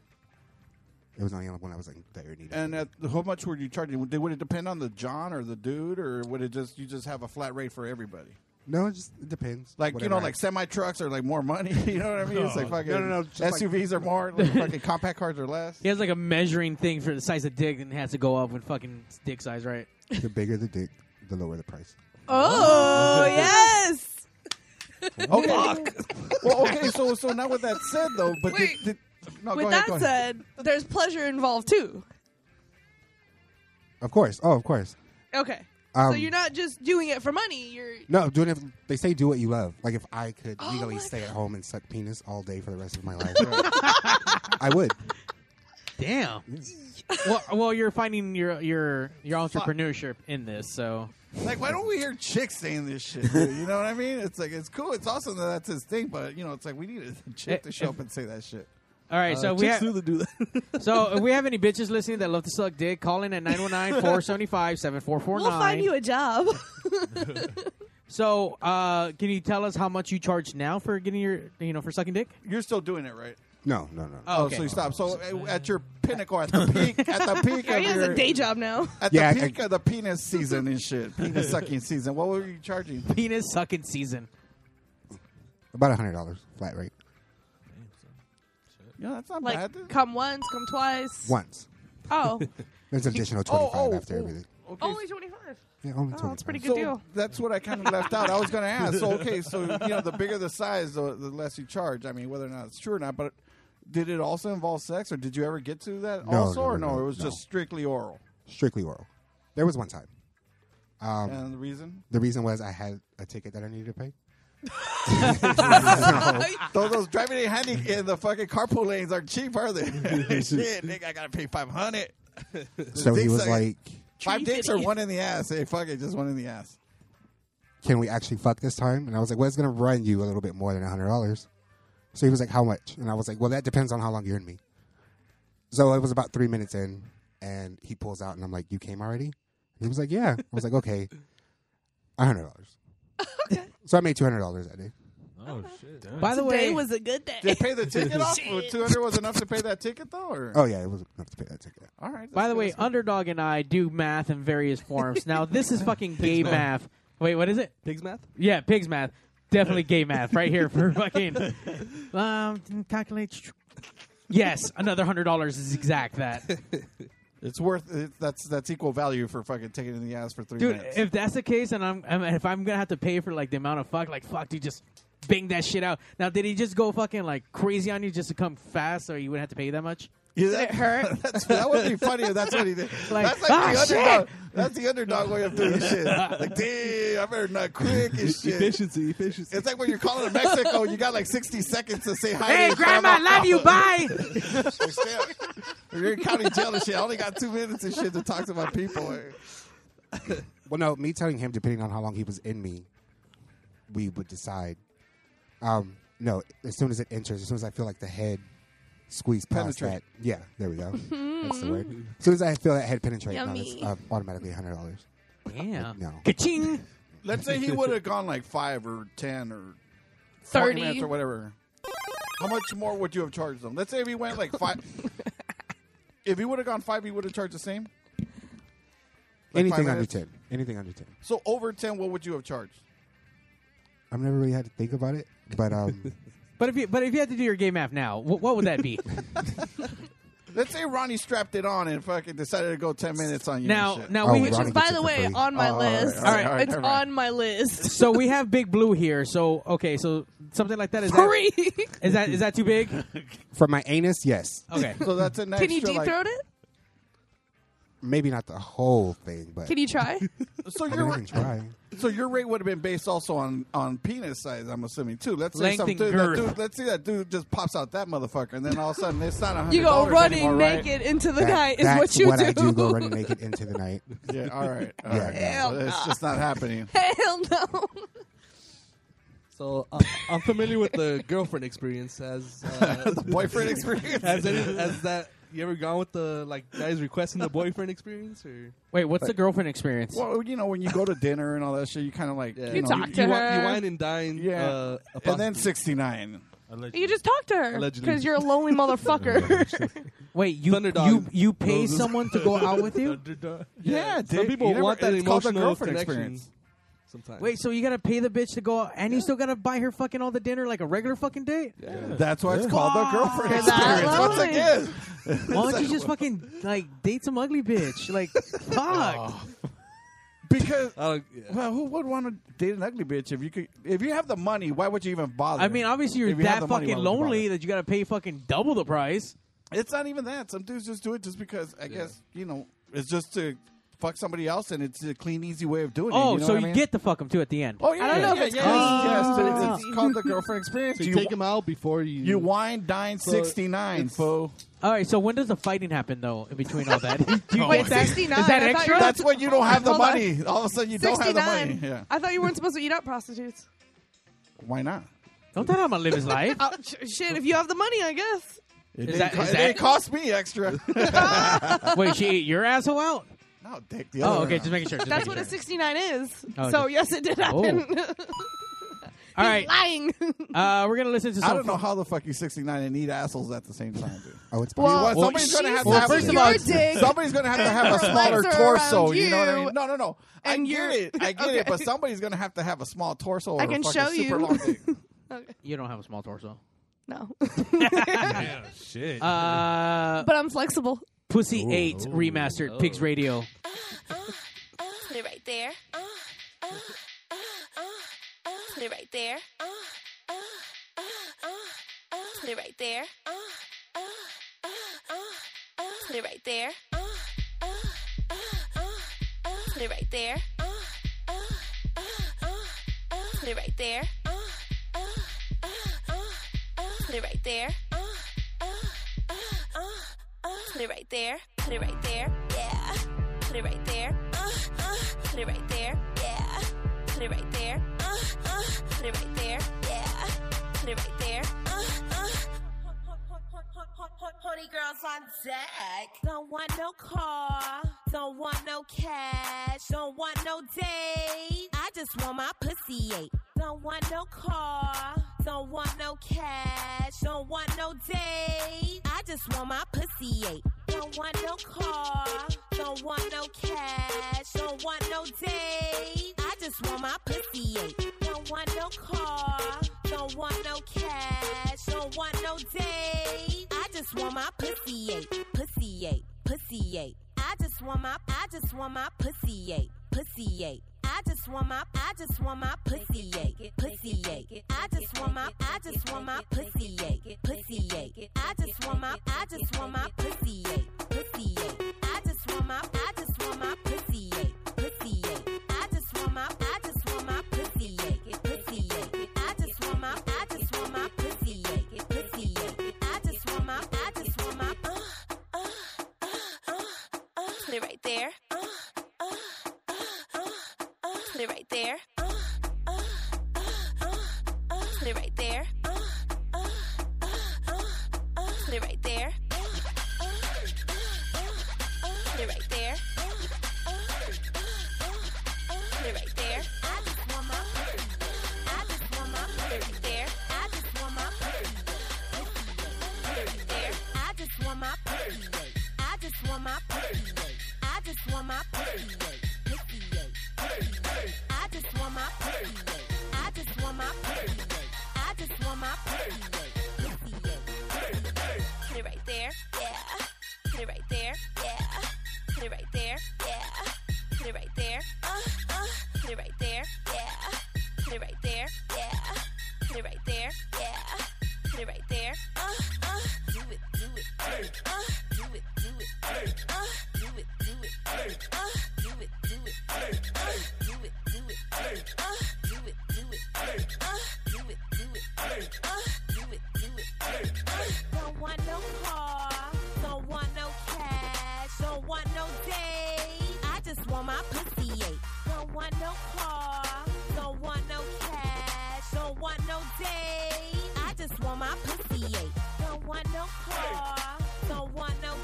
J: It was only when I was like thirty.
B: And at, how much were you charging? Would would it depend on the John or the dude, or would it just you just have a flat rate for everybody?
J: no, it just it depends.
B: Like you
J: Whatever
B: know,
J: I-
B: like semi trucks are like more money. You know what I mean? It's like
F: No.
B: fucking
J: No, no, no, just like-
B: SUVs are more. Like fucking compact cars are less.
C: He has like a measuring thing for the size of dick and it has to go up with fucking dick size, right?
J: the bigger the dick, the lower the price.
H: Oh yes.
B: Okay. well, okay. So so now with that said though, but
H: Wait.
B: did, did, no,
H: With
B: go ahead, go
H: that
B: ahead.
H: said, there's pleasure involved too.
J: Of course. Oh, of course.
H: Okay. so
J: Um,
H: you're not just doing it for money. You're
J: No, doing it. They say do what you love. Like if I could
H: Oh
J: legally
H: my
J: stay at
H: God.
J: home and suck penis all day for the rest of my life, I would.
C: Damn. well, well, you're finding your your your entrepreneurship in this, so
B: Like, why don't we hear chicks saying this shit? Dude? You know what I mean? It's like it's cool. It's awesome that that's his thing, but you know, it's like we need a
J: Eh,
B: chick to show up and say that shit.
C: all right. so
G: Uh,
C: we
G: chicks
C: have
G: do the- do that.
C: so if we have any bitches listening that love to suck dick, call in at 919-475-7449.
H: we'll find you a job.
C: So, uh, can you tell us how much you charge now for getting your, you know, for sucking dick?
B: You're still doing it, right?
J: No, no, no.
C: Oh,
B: Oh,
C: okay.
B: so you stop. So uh, at your pinnacle, at the peak, at the peak
H: yeah,
B: of
H: he has
B: your,
H: a day job now.
B: at
J: Yeah, I-
B: the peak of the penis season and shit, penis sucking season. What were you charging?
C: Penis sucking season.
J: About a hundred dollars flat rate
B: Yeah, that's not bad.
H: Like, come once, come twice.
J: once.
H: Oh,
J: There's an additional twenty
B: Oh,
J: five
B: oh,
J: after
B: oh,
J: everything.
B: okay.
H: only twenty five.
J: Yeah, only
H: Oh, that's pretty
J: 25.
H: good deal.
B: That's what I kind of left out. I was going to ask. So okay, so you know, the bigger the size, the, the less you charge. I mean, whether or not it's true or not, but did it also involve sex, or did you ever get to that
J: No,
B: also,
J: no,
B: or
J: no,
B: no?
J: no,
B: It was
J: no.
B: just strictly oral.
J: Strictly oral. There was one time. Um,
B: And the reason?
J: The reason was I had a ticket that I needed to pay.
B: Those, those driving in handy in the fucking carpool lanes aren't cheap, are they? Shit, nigga, I gotta pay five hundred.
J: So he
B: dick
J: was
B: sucking.
J: like,
B: Five dicks or
H: Trinity.
B: one in the ass? Hey, fuck it, just one in the ass.
J: "Can we actually fuck this time?" And I was like, "Well, it's gonna run you a little bit more than hundred dollars." So he was like, "How much?" And I was like, "Well, that depends on how long you're in me." So it was about three minutes in, and he pulls out, and I'm like, "You came already?" And he was like, "Yeah." I was like, "Okay, hundred dollars." So I made two hundred dollars that day.
A: Oh shit.
C: By the
H: Today
C: way,
H: was a good day.
B: Did they pay the ticket off? Two hundred was enough to pay that ticket though. Or?
J: Oh yeah, it was enough to pay that ticket.
B: All right.
C: by the way,
B: that's good.
C: Underdog and I do math in various forms. now this is fucking gay math. Wait, what is it?
G: Pigs math?
C: Yeah, pigs math. Definitely gay math right here for fucking um calculate. Yes, another hundred dollars is exact that.
B: it's worth it, that's that's equal value for fucking taking in the ass for three
C: dude.
B: minutes.
C: If that's the case, and I'm, I'm if I'm gonna have to pay for like the amount of fuck, like fuck, dude, just bang that shit out. Now, did he just go fucking like crazy on you just to come fast, so you wouldn't have to pay that much?
B: Yeah, that, hurt? That's, that would be funny if that's what he did.
C: Like,
B: that's like
C: "Ah,
B: the
C: shit!"
B: underdog. That's the underdog way of doing shit. Like, damn, I better not quick and shit.
G: Efficiency, efficiency.
B: It's like when you're calling to Mexico, you got like 60 seconds to say hi.
C: Hey,
B: to your
C: grandma, love you. Bye.
B: Or stay up- or You're in county jail and shit. I only got two minutes and shit to talk to my people.
J: Well, no, me telling him, depending on how long he was in me, we would decide. Um, no, as soon as it enters, as soon as I feel like the head squeeze past that,
B: Penetrate.
J: yeah, there we go. That's the word. As soon as I feel that head penetrate, no, that's
H: Yummy.
J: uh, automatically hundred dollars.
C: Yeah.
J: No.
C: Ka-ching.
B: Let's say he would have gone like five or 10 or 40 minutes
H: Thirty.
B: or whatever. How much more would you have charged them? Let's say if he went like five. if he would have gone five, he would have charged the same. Like
J: Anything
B: five
J: under
B: minutes?
J: ten. Anything under ten.
B: So over ten, what would you have charged?
J: I've never really had to think about it, but um,
C: But if you but if you had to do your gay math now, what, what would that be?
B: Let's say Ronnie strapped it on and fucking decided to go ten minutes on you.
C: now
B: and shit.
C: now
J: Oh,
C: we
J: right.
H: Which is,
J: Ronnie
H: by
J: gets it
H: the
J: for
H: way,
J: free.
H: on my
B: Oh, all right,
H: list.
B: all right, all right,
H: it's
B: all right.
H: on my list.
C: so we have Big Blue here. So okay, so something like that is that,
H: Free.
C: is that is that too big?
J: for my anus, yes,
C: Okay.
B: so that's an extra.
H: Can you deep
B: like-
H: throat it?
J: maybe not the whole thing, but
H: Can you try?
B: so
J: I mean, I
B: your
J: can try.
B: so your rate would have been based also on on penis size. I'm assuming too. Let's
C: Length
B: say some
C: and
B: dude, that
C: girth.
B: dude. Let's say that dude just pops out that motherfucker, and then all of a sudden it's not a hundred.
H: You go
B: dollars
H: running
B: anymore, right?
H: naked into the
J: That-
H: night is
J: that's
H: what you
J: I do. Go running naked into the night.
B: Yeah. All right. All
J: Yeah.
B: right.
H: Hell
B: It's
H: nah.
B: just not happening.
H: Hell no.
G: So uh, I'm familiar with the girlfriend experience. Has uh,
B: Boyfriend experience.
G: has, any, has that you ever gone with the like guys requesting the boyfriend experience or
C: Wait, what's the girlfriend experience?
B: Well, you know when you go to dinner and all that shit, you kind of like
G: Yeah.
B: you,
H: You
B: know,
H: talk to
G: you, wi-
H: her.
G: you wine and dine?
B: Yeah.
G: uh,
B: and then
G: apostles.
B: sixty nine.
H: You just talk to her
G: Allegedly.
H: because you're a lonely motherfucker.
C: Wait, you
G: Thunderdog.
C: you you pay
G: Those-
C: someone to go out with you?
B: Yeah,
G: some
B: dude,
G: people
B: you never-
G: want that
B: it's called a
G: emotional
B: girlfriend
G: connection.
B: experience.
G: Sometimes
C: Wait, so you gotta pay the bitch to go out, and you still gotta buy her fucking all the dinner like a regular fucking date?
B: That's why it's called the girlfriend
H: Is that
B: experience. Once
H: lovely?
B: again,
C: Why don't you just fucking like date some ugly bitch? Like, fuck.
B: because
G: I don't- yeah.
B: well, who would want to date an ugly bitch if you could? If you have the money, why would you even bother?
C: I mean, obviously you're
B: If you
C: that
B: have the money,
C: fucking
B: why would you
C: lonely that you gotta pay fucking double the price.
B: it's not even that. Some dudes just do it just because I guess you know it's just to fuck somebody else, and it's a clean, easy way of doing it.
C: Oh,
B: know
C: so
B: what I
C: you
B: mean?
C: get to fuck him too at the end.
B: Oh yeah,
H: I don't know if
B: yeah,
H: it's
B: yeah,
H: clean,
B: yes,
H: but it's
B: yes,
H: easy.
B: it's called the girlfriend experience.
G: So you,
B: you
G: take him out before you.
B: you wine dine sixty nine,
G: it's-
B: fool.
C: All right, so when does the fighting happen though? In between all that, do you
H: Wait,
C: get that?
H: 69,
C: Is that
H: I thought
C: extra?
H: you-
B: That's when you don't have the
H: Hold on.
B: money. All of a sudden, you don't have the money.
H: 69.
B: Yeah,
H: I thought you weren't supposed to eat out prostitutes.
B: why not?
C: Don't tell him I'm gonna live his life.
B: uh,
H: Oh, sh- shit, if you have the money, I guess.
B: It,
C: Is
B: didn't
C: that-
B: co-
C: is
B: it
C: that-
B: didn't cost me extra.
C: Wait, she ate your asshole out?
B: no, dick. The other
C: Oh,
B: way
C: okay,
B: around.
C: just making sure. just
H: That's
C: making
H: what a
C: sure.
H: 69 is.
C: Oh,
H: so,
C: okay.
H: yes, it did happen.
C: All right,
H: Lying.
C: uh, we're gonna listen to some.
B: I don't know how the fuck you 69 and eat assholes at the same time, dude.
J: Oh, it's
H: Well,
B: Well, somebody's
H: she
B: gonna have to
H: sucks
B: have
H: your dick.
B: Somebody's gonna have to have a
H: her legs
B: smaller
H: are
B: torso.
H: around
B: You know what I
H: you,
B: mean? No, no, no. I
H: and
B: get
H: you're-
B: it. I get it.
H: Okay.
B: But somebody's gonna have to have a small torso. Or
H: I
B: a
H: can
B: fucking
H: show you.
B: super long dick.
C: You don't have a small torso.
H: no.
F: Yeah, shit.
C: Uh,
H: but I'm flexible.
C: Pussy Eight remastered Pigs Radio.
K: Put it right there. Uh, uh, uh, uh, uh. Put it right there. Uh, uh, uh, uh, uh. Put it right there. Uh, uh, uh, uh, uh. Put it right there. Uh, uh, uh, uh, uh. Put it right there. Uh, uh, uh, uh, uh. Put it right there. Uh, uh, uh, uh, uh. Put it right there. Uh, uh, uh, uh, uh. Put it right there. Put it right there. Yeah. Put it right there. Uh, uh, put it right there. Yeah. Put it right there. Uh, uh, put it right there. Yeah. Put it right there. Uh, uh. Honey girls on deck. Don't want no car. Don't want no cash. Don't want no date. I just want my pussy ate. Don't want no car, don't want no cash, don't want no date. I just want my pussy ate. Don't want no car, don't want no cash, don't want no date. I just want my pussy ate. Don't want no car, don't want no cash, don't want no date. I just want my pussy ate, pussy ate, pussy ate. I just want my, I just want my pussy ate, pussy ate. I just want my, I just want my pussy ache, pussy ache. I just want my, I just want my pussy ache, pussy ache. I just want my, I just want my pussy ache, pussy ache. I just want my, I just want my pussy ache, pussy ache. I just want my, I just want my pussy ache, pussy ache. I just want my, I just want my pussy ache, pussy ache. I just want my, I just want my, uh, uh, uh, uh, uh. Put it right there. Uh, uh, uh, uh uh, put it right there. Uh, uh, uh, uh, uh, put it right there. Uh, uh, uh, uh, uh, put it right there. Uh, uh, uh, uh, uh, put it right there. Uh, uh, uh, uh, uh, put it right there. I just want my pussy. I just want my pussy right there. I just want my pussy. Put it right there. I just want my pussy. I just want my pussy. I just want my pussy. Pussy. I just want my pussy. I just want my pussy. I just want my pussy. Pussy. Put it right there. Yeah. Put it right there. Yeah. Put it right there. Yeah. Put it right there. Uh, uh. Put it right there. Yeah. Put it right there. Yeah. Put it right there. Yeah. Put it right there. Uh, uh. Do it. Do it. do it. Uh. Do it. Do it. do it. Uh. Do it. Do it. do it. Uh. Do it. Do it. do it. Uh. Do it. Do it. do it. Uh. Do it. Do it. do it. Uh. Do it. Do it. do it. Uh. Do it. Do it. do it. Uh. Don't want no car. Don't want no cash. Don't want no date. I just want my pussy ate. Don't want no car. Don't want no cash. Don't want no date. I just want my pussy ate. Don't want no car. Don't want no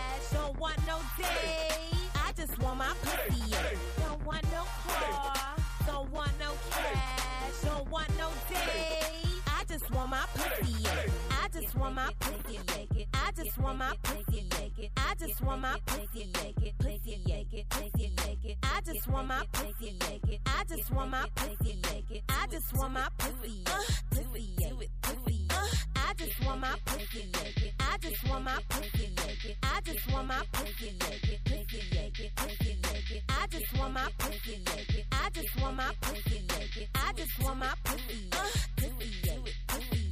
K: cash. Don't want no date. I just want my pussy ate. Don't want no car. Don't want no cash. Don't want no date. I just want my pussy ate. I just want my pussy ate. I just want my pussy ate. I just want my pussy ate. Pussy ate. Pussy ate. I just want my pussy ate. I just want my pussy ate. I just want my pussy ate. Pussy ate. Pussy ate. I just want my pussy ate. I just want my pussy ate. I just want my pussy ate. Pussy ate. Pussy ate. I just want my pussy ate. I just want my pussy ate. I just want my pussy ate. Pussy ate. Pussy ate.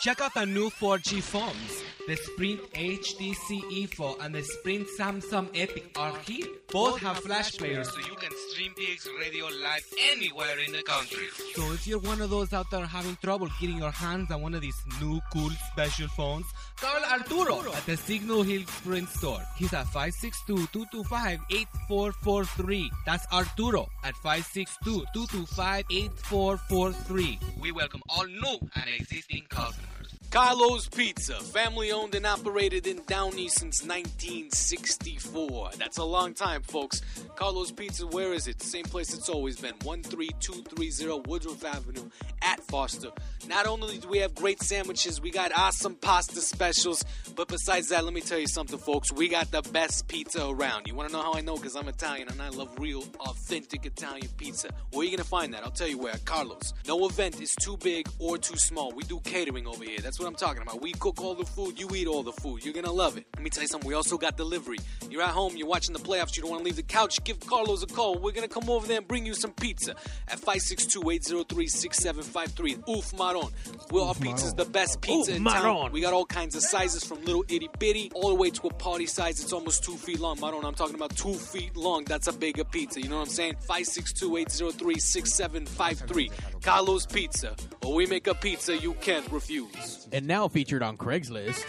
L: Check out the new 4G phones. The Sprint HTC E4 E and the Sprint Samsung Epic are here. Both have flash players so you can stream PX Radio live anywhere in the country. So if you're one of those out there having trouble getting your hands on one of these new cool special phones, call Arturo at the Signal Hill Sprint store. He's at 562-225-8443. That's Arturo at 562-225-8443. We welcome all new and existing customers.
E: Carlos Pizza, family owned and operated in Downey since 1964. That's a long time, folks. Carlos Pizza, where is it? Same place it's always been 13230 Woodruff Avenue at Foster. Not only do we have great sandwiches, we got awesome pasta specials, but besides that, let me tell you something, folks. We got the best pizza around. You want to know how I know? Because I'm Italian and I love real, authentic Italian pizza. Where are you going to find that? I'll tell you where. Carlos. No event is too big or too small. We do catering over here. That's what I'm talking about. We cook all the food, you eat all the food. You're gonna love it. Let me tell you something, we also got delivery. You're at home, you're watching the playoffs, you don't wanna leave the couch, give Carlos a call. We're gonna come over there and bring you some pizza at 562-803-6753. Oof Maron. Well, our
L: Oof Maron.
E: pizza's the best pizza
L: Oof
E: in town.
L: Maron.
E: We got all kinds of sizes from little itty bitty all the way to a party size. It's almost two feet long. Maron, I'm talking about two feet long. That's a bigger pizza. You know what I'm saying? 562-803-6753. Carlos Pizza. Or we make a pizza you can't refuse.
C: And now featured on Craigslist.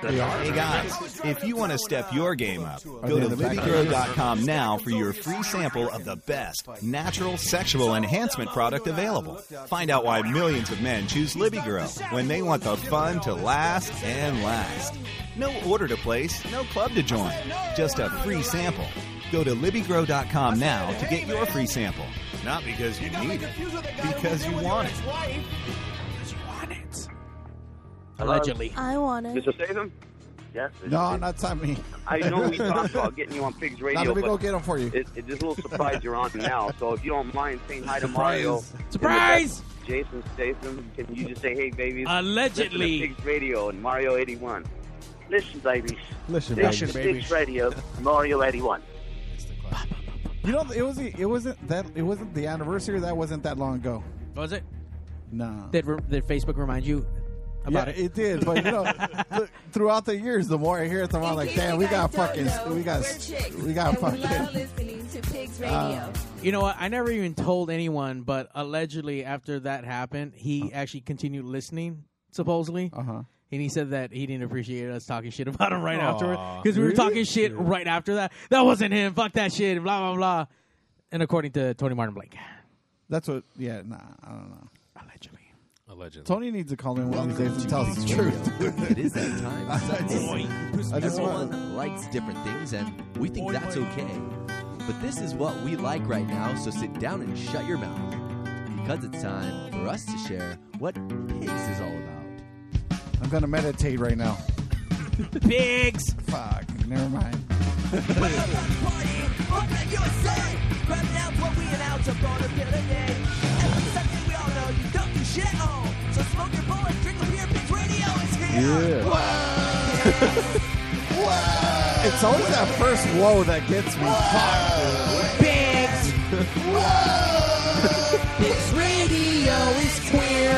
M: Hey guys, if you want to step your game up, go
C: they
M: to
C: in the back?
M: LivyGrow.com now for your free sample of the best natural sexual enhancement product available. Find out why millions of men choose Libby Grow when they want the fun to last and last. No order to place, no club to join, just a free sample. Go to LibbyGrow.com now to get your free sample. Not because you need it, because you want it.
C: Allegedly.
K: I want it.
N: Mr. Statham? Yes. this
B: No,
N: is-
B: not Tommy.
N: I know we talked about getting you on Pigs Radio.
B: let me
N: but
B: go get 'em for you.
N: It, it's just a little surprise you're on now. So if you don't mind saying hi to Mario.
B: Surprise.
N: and the
B: Surprise!
N: best Jason Statham, can you just say, hey, babies?
C: Allegedly.
N: Listen to Pigs Radio and Mario 81. Listen, babies.
B: Listen,
N: this
B: babies.
N: is Pigs Radio, Mario 81.
B: You know, it was the, it wasn't that it wasn't the anniversary. That wasn't that long ago.
C: Was it?
B: No.
C: Did, re- did Facebook remind you about
B: yeah,
C: it?
B: it did, but you know, th- throughout the years, the more I hear it, the more I'm like, damn, we got fucking, we got, we got fucking.
O: listening to Pigs
B: Radio. Uh,
C: Um, You know what? I never even told anyone, but allegedly after that happened, he actually continued listening, supposedly. Uh
L: Uh-huh.
C: huh. And he said that he didn't appreciate us talking shit about him right
L: Aw.
C: afterward because we were
L: Really?
C: talking shit right after that. That wasn't him. Fuck that shit. Blah blah blah. And according to Tony Martin Blake,
B: That's what. Yeah, nah, I don't know.
E: Allegedly.
B: Tony needs to call in one of these days and tell us the truth.
P: it is that time.
B: I just
P: Everyone
B: want.
P: likes different things, and we think that's okay. But this is what we like right now, so sit down and shut your mouth. Because it's time for us to share what Pigs is all about.
B: I'm gonna meditate right now.
C: Pigs.
B: Fuck. Never mind. Yeah. It's always that first whoa that gets me. Fuck, dude.
C: Pigs.
D: Pigs Radio is queer.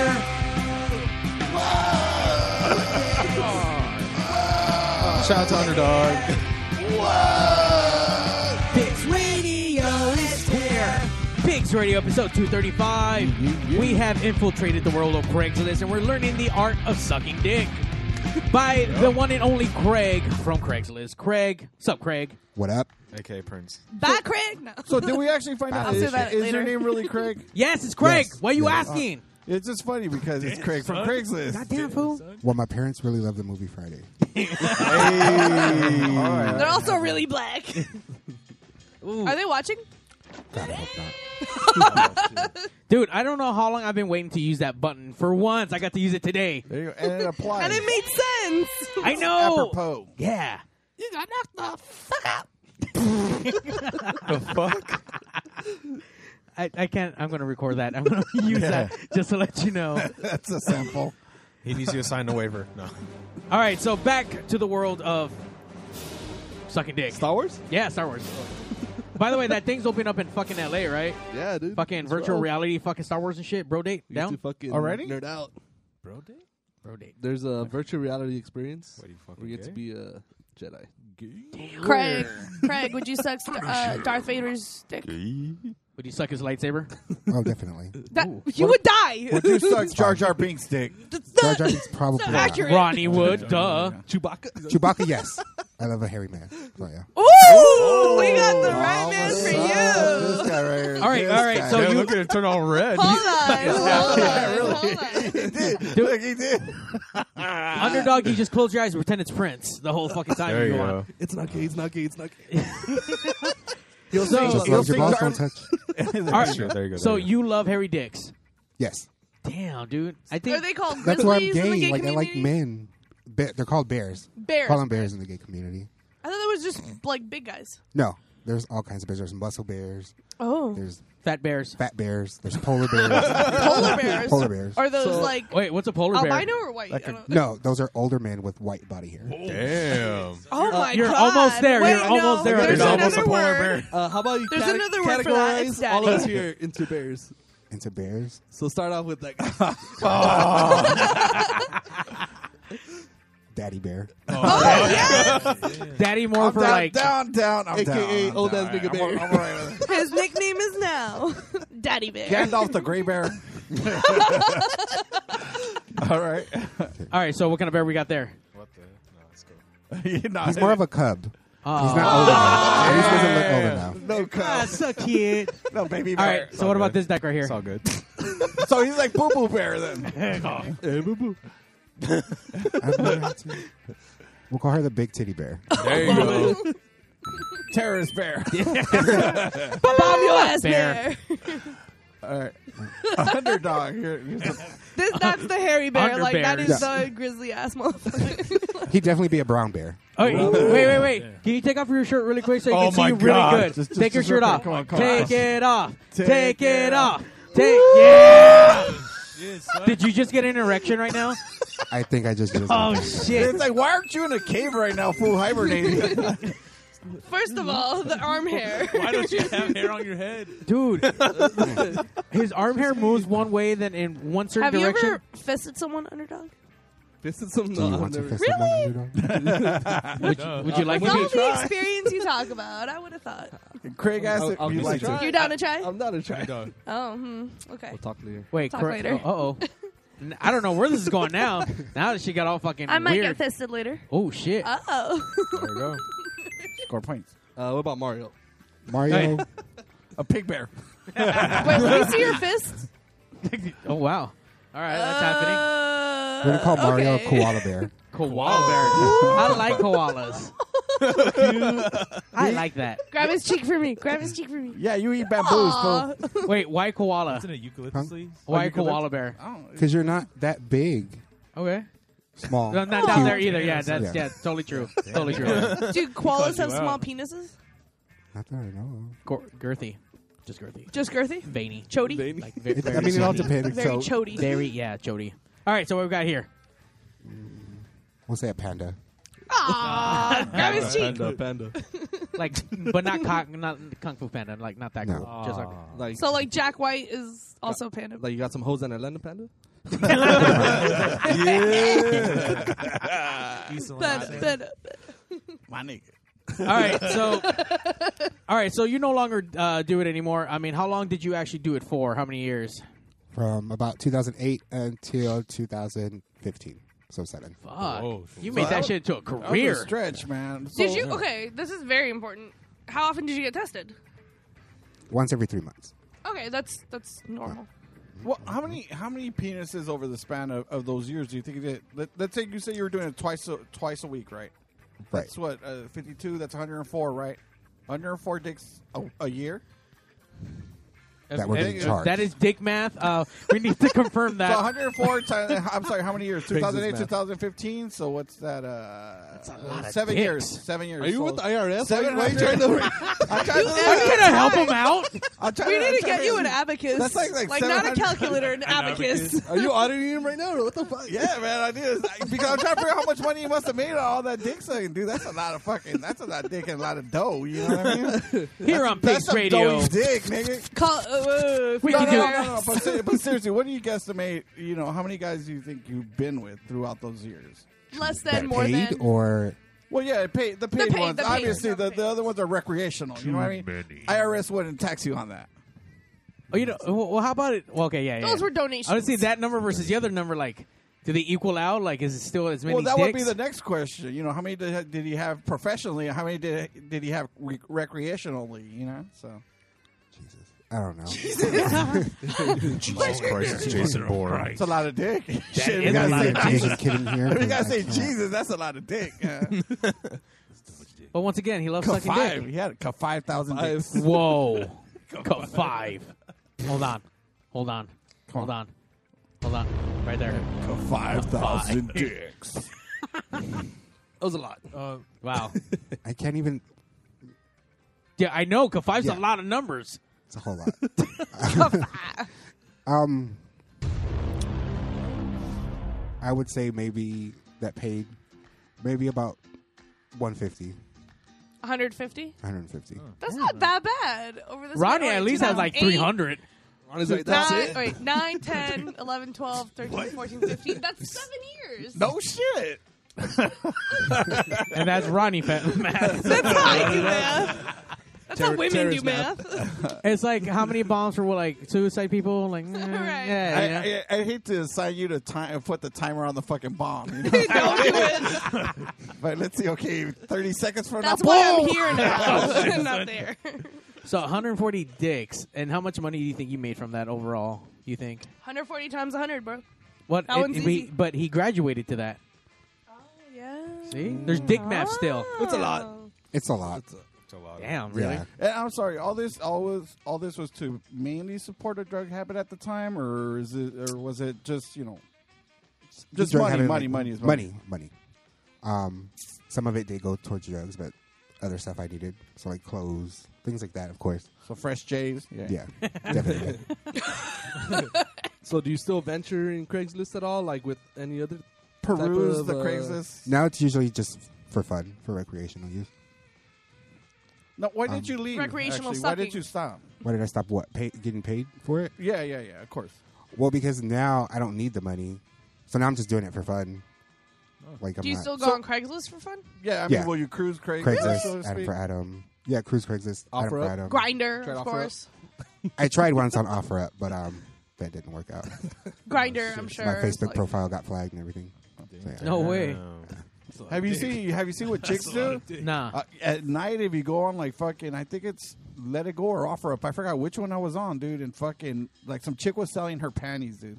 A: Shout out to Underdog.
C: Pigs Radio is queer. Pigs Radio episode 235. We have infiltrated the world of Craigslist and we're learning the art of sucking dick by the one and only Craig from Craigslist. Craig, what's up, Craig?
J: What up?
A: Okay, Prince.
H: Bye, Craig. No.
B: So did we actually find out?
H: I'll
B: Is,
H: say that
B: is your
H: later.
B: name really Craig?
C: Yes, it's Craig. Why are you asking?
B: Uh, it's just funny because it's Craig from Craigslist.
C: Goddamn fool.
J: Well, my parents really love the movie Friday.
B: Hey.
H: They're also really black. Are they watching?
B: Oh,
C: Dude, I don't know how long I've been waiting to use that button. For once, I got to use it today.
B: There you go. And it applies.
H: And it made sense.
C: I know.
B: Apropos.
C: Yeah.
H: You got knocked the fuck out.
C: the fuck? I, I can't. I'm going to record that. I'm going to use that just to let you know.
B: That's a sample.
A: He needs you to sign the waiver. No.
C: All right, so back to the world of sucking dick. Star
G: Wars?
C: Yeah, Star Wars. By the way, that thing's open up in fucking LA, right?
G: Yeah, dude.
C: Fucking
G: It's
C: virtual
G: wild.
C: reality, fucking Star Wars and shit. Bro date
G: You
C: down?
G: two fucking
C: Already?
G: nerd out.
A: Bro date?
C: Bro date.
G: There's a virtual reality experience
A: you fucking
G: where you get to
A: gay?
G: be a Jedi.
H: Craig, Craig, would you suck st- uh, Darth Vader's dick?
C: Would you suck his lightsaber?
J: Oh, definitely.
H: That, you would die.
B: Would you suck Jar Jar Binks' dick?
J: Jar Jar Binks probably.
H: so
J: not.
H: accurate.
C: Ronnie would, duh.
G: Chewbacca.
J: Chewbacca, yes. I love a hairy man. So, yeah.
H: Ooh, we got the right man for you.
B: This guy right here.
C: All right,
B: This
C: all right,
B: guy.
C: so Yeah, you- look
A: at it turn all red.
H: Hold on, hold
B: yeah,
H: on,
B: really. Look, he did.
C: Underdog, you just close your eyes and pretend it's Prince the whole fucking time
A: There
C: you
A: you
C: want.
G: It's not gay. It's not gay. It's not gay. You'll
J: Just
G: see.
J: as long
G: You'll
J: as your
G: see
J: balls
G: Jar-
J: don't touch.
C: All right,
A: Sure, there you go,
C: so
A: there you
C: you love hairy dicks.
J: Yes.
C: Damn, dude. I think
H: Are they called
J: That's why I'm
H: grizzlies in the
J: gay.
H: gay
J: Like I like
H: community?
J: men. Be- they're called bears.
H: Bears.
J: Call them bears in the gay community.
H: I thought that was just like big guys.
J: No, There's all kinds of bears. There's muscle bears.
H: Oh.
J: There's
C: fat bears.
J: Fat bears. There's polar bears.
H: polar bears.
J: polar bears.
H: Are those like
C: Wait, what's a polar bear?
H: albino or white? Oh, I don't-
J: no, those are older men with white body hair.
A: Damn.
H: Oh my
C: You're
H: god!
C: almost there.
H: Wait,
C: You're almost
H: no.
C: there.
H: There's
C: It's almost
H: another
C: a polar
H: word.
G: Uh, how about you
H: There's
G: cate-
H: another word for that. It's
G: categorize all of us
H: daddy.
G: here into bears?
J: Into bears.
G: So start off with like
J: Daddy bear.
H: Oh,
B: Oh,
C: Daddy more
B: I'm
C: for
B: down,
C: like
B: down, down. I'm
G: AKA
B: down.
G: old
B: I'm
G: ass
B: down.
G: nigga
B: I'm all-
G: bear.
B: I'm all right with
H: His nickname is now Daddy Bear.
B: it. Gandalf the Gray Bear. all right.
C: All right, so what kind of bear we got there?
J: He's more of a cub.
C: Oh.
J: He's not old enough. At least he doesn't look old enough.
B: No cub.
C: That's a Ah, kid.
B: No baby
C: All
B: bear.
C: right, so what about this deck right here?
A: It's all good.
B: So he's like Boo Boo Bear then.
J: We'll call her the big titty bear.
A: There you go.
B: Terrorist Bear.
H: Bomb your ass
C: Bear.
H: bear.
B: All right. Underdog. Here- here's the-
H: This, that's the hairy bear.
C: Under
H: like that
C: bears.
H: is the grizzly ass motherfucker.
J: He'd definitely be a brown bear.
C: Oh, wait, wait, wait. Can you take off your shirt really quick so you
B: Oh
C: can see
B: my
C: you
B: God.
C: really good?
B: Just- just-
C: take your
B: just
C: shirt
B: real
C: off.
B: quick. Come on, come
C: take
B: on.
C: it off. Take,
B: Take
C: it
B: it
C: off. Take yeah. Did you just get an erection right now?
J: I think I just. just
C: Oh shit.
B: It's like, why aren't you in a cave right now, fool hibernating?
H: First of all, the arm hair.
F: Why don't you have hair on your head?
C: Dude, his arm hair moves one way, then in one certain
H: Have you
C: direction.
H: ever fisted someone, underdog?
G: this is some.
J: Do you
G: No, I've
J: want to
G: never.
J: fist someone, underdog?
C: would, you, would you like
H: With all
C: to be?
H: the experience you talk about, I would have thought.
B: Craig asked
G: I'll-
B: if
G: I'll
B: you
G: give it a
B: liked
G: try.
B: it.
H: You're down to try?
G: I'm not a try
F: dog.
H: Oh, hmm. okay.
G: We'll talk later.
C: Wait,
H: Talk
C: cor-
H: later.
C: Uh-oh. N- I don't know where this is going now. Now that she got all fucking
H: I might
C: weird.
H: get fisted later.
C: Oh shit.
H: Uh oh.
B: There we go. Score points.
G: Uh, what about Mario?
J: Mario.
B: A pig bear.
H: Wait, let me see your fist.
C: oh wow. All right, that's happening.
H: Uh,
J: We're gonna call Mario
H: okay.
J: a koala bear.
C: Koala bear. I like koalas. I like that.
H: Grab his cheek for me. Grab his cheek for me.
B: Yeah, you eat bamboos,
H: Aw.
B: fool.
C: Wait, why koala?
F: Isn't it eucalyptus leaves?
J: Oh,
C: Why
B: you could
C: koala bear?
B: I don't-
J: Because you're not that big.
C: Okay.
J: Small.
C: No, not down
J: cute.
C: there either. Yeah, that's yeah,
J: Yeah.
C: totally true. Totally true.
H: Do koalas have
F: you
H: small
F: out.
H: penises?
J: Not that I know of.
C: Gor- girthy, just girthy,
H: Just girthy?
C: veiny,
H: Chody?
C: like ve-
J: It-
C: very,
J: I mean, it all
C: chody.
J: depends.
H: Very
J: so
H: chody.
C: Very yeah, chody. All right, so what we got here?
J: we'll say a panda.
H: Aw, grab his cheek.
G: Panda, panda.
C: Like, but not cock, not kung fu panda, like not that
J: No.
C: cool. Just like
H: Ah.
G: Like,
H: So like Jack White is
B: uh,
H: also panda.
G: like you got some hoes in Atlanta, panda.
H: Panda, panda.
B: My nigga.
C: all right, so all right, so you no longer uh, do it anymore. I mean, how long did you actually do it for? How many years?
J: From about 2008 until 2015. So seven.
C: Fuck,
F: Whoa.
C: Oh, you made that shit into a
B: That was a
C: career.
B: stretch, man.
H: Did
B: So-
H: you? Okay, this is very important. How often did you get tested?
J: Once every three months.
H: Okay, that's that's normal.
B: Well, how many how many penises over the span of, of those years do you think you did? Let, let's say you say you were doing it twice a, twice a week, right?
J: Right.
B: That's what uh, fifty two. That's one hundred and four, right? One hundred and four dicks a, a year.
J: That we're being charged.
C: eh, That is dick math. Uh, we need to confirm
B: So
C: that.
B: 104 times. I'm sorry, how many years?
G: Craigslist
B: 2008,
G: math.
B: 2015. So what's that? Uh, That's a
C: lot of
B: seven
C: dicks.
B: years. Seven years.
G: Are you
B: so
G: with the IRS?
B: Seven
G: Why are you trying
B: hundred.
G: to?
B: I'm trying to.
C: I'm gonna help him out.
B: I'm trying
H: We
B: to-
H: need
B: I'm
H: to get
B: trying
H: you an abacus.
B: That's like- like
H: not a
B: 700
H: calculator, an abacus.
G: Are you auditing him right now? Or what the fuck?
B: Yeah, man, I did. Because I'm trying to figure out how much money you must have made on all that dick sucking, dude. That's a lot of fucking. That's a lot of dick and a lot of dough. You know what I mean?
C: Here on
B: That's
C: Pigs
B: some
C: Radio.
B: doughy dick, nigga.
H: Call. Uh, uh,
C: We
H: no,
B: No,
C: can
B: no,
C: do
B: no,
C: it.
B: no, no, But, ser- but seriously, what do you guesstimate? You know, how many guys do you think you've been with throughout those years?
H: Less than,
J: That
H: more
J: paid
H: than.
J: or
B: Well, yeah, pay, the paid
H: paid-
B: ones.
H: the paid
B: obviously,
H: ones,
B: the,
H: not
B: the
H: paid.
B: other ones are recreational. You know what I mean? IRS wouldn't tax you on that.
C: Oh, you know, well, how about it? Well, okay, yeah, yeah.
H: Those
C: yeah.
H: were donations.
C: I would see that number versus the other number. Like, do they equal out? Like, is it still as many?
B: Well, that would be
C: dicks?
B: the next question. You know, how many did, did he have professionally? and How many did did he have re- recreationally? You know, so
J: Jesus. I don't know.
C: Oh,
A: Jesus Christ, it's Jason Bourne.
B: it's a lot of dick. Shit,
C: is
B: we
C: a lot of
B: gotta say
C: dick.
B: Jesus.
J: Asian kid in here.
B: If you gotta
J: I
B: say
J: can't.
B: Jesus, that's a lot of dick. Yeah.
C: But once again, he loves
B: Ka
C: sucking
B: five.
C: dick.
B: He had a five thousand dicks.
C: Whoa, Cup five. Hold on, hold on, hold on, hold on. Right there.
B: Five thousand dicks.
G: That was a lot.
C: Wow.
J: I can't even.
C: Yeah, I know. Cause five's a
J: Yeah.
C: lot of numbers.
J: It's a whole lot. um, I would say maybe that paid maybe about 150,
H: 150.
J: 150.
H: That's not that bad over this.
C: Ronnie
H: wait,
C: at least has like
H: eight,
C: 300.
G: Ronnie's like,
H: nine, Wait, 9, 10, 11, 12, 13, 14, 15. That's seven years.
B: No shit.
C: and that's Ronnie fat math.
H: That's how I do math. That's how women do math.
C: it's like how many bombs for what, like suicide people? Like, mm, yeah, yeah.
B: I, I, I hate to assign you to time, put the timer on the fucking bomb. You know? but let's see. Okay, thirty seconds from
H: That's
B: now.
H: why I'm
B: boom!
H: here now. not there.
C: So 140 dicks, and how much money do you think you made from that overall? You think?
H: 140 times 100, bro.
C: What?
H: That one's
C: he-
H: easy. Oh,
C: but he graduated to that.
H: Yeah. Oh.
C: See, there's dick math still.
B: It's a lot.
J: It's a lot.
A: It's a lot.
C: Damn, really?
J: Yeah.
B: And I'm sorry. All this, all was, all this was to mainly support a drug habit at the time, or is it, or was it just you know, just
J: Drug
B: money,
J: habit,
B: money,
J: like,
B: money, is
J: money, money. Um, some of it did go towards drugs, but other stuff I needed, so like clothes, things like that, of course.
B: So fresh J's. Yeah.
J: Yeah, definitely.
G: so do you still venture in Craigslist at all? Like with any other? type
B: Peruse
G: of,
B: the
G: uh,
B: Craigslist.
J: Now it's usually just for fun, for recreational use.
B: No, why
J: Um,
B: did you leave?
H: Recreational
B: actually? Why did
H: sucking.
B: you stop?
J: Why did I stop? What pay, getting paid for it?
B: Yeah, yeah, yeah. Of course.
J: Well, because now I don't need the money, so now I'm just doing it for fun. Like I'm
H: Do you
J: not
H: still go on Craigslist for fun?
B: Yeah, Oh. I mean,
J: Yeah.
B: will you cruise Craigslist?
J: Craigslist,
B: so to
J: Adam
B: speak?
J: for Adam. Yeah, cruise Craigslist, Adam
B: Offer
J: for
B: up?
J: Adam.
H: Grinder,
B: Straight
H: of
B: off the
H: course.
J: I tried once on OfferUp, but um, that didn't work out.
H: Grinder, I'm sure.
J: My Facebook
H: Like-
J: profile got flagged and everything. So, yeah.
C: No way.
B: Have you seen? Have you seen what chicks do?
C: Nah.
B: Uh, at night, if you go on like fucking, I think it's Let It Go or Offer Up. I forgot which one I was on, dude. And fucking, like some chick was selling her panties, dude.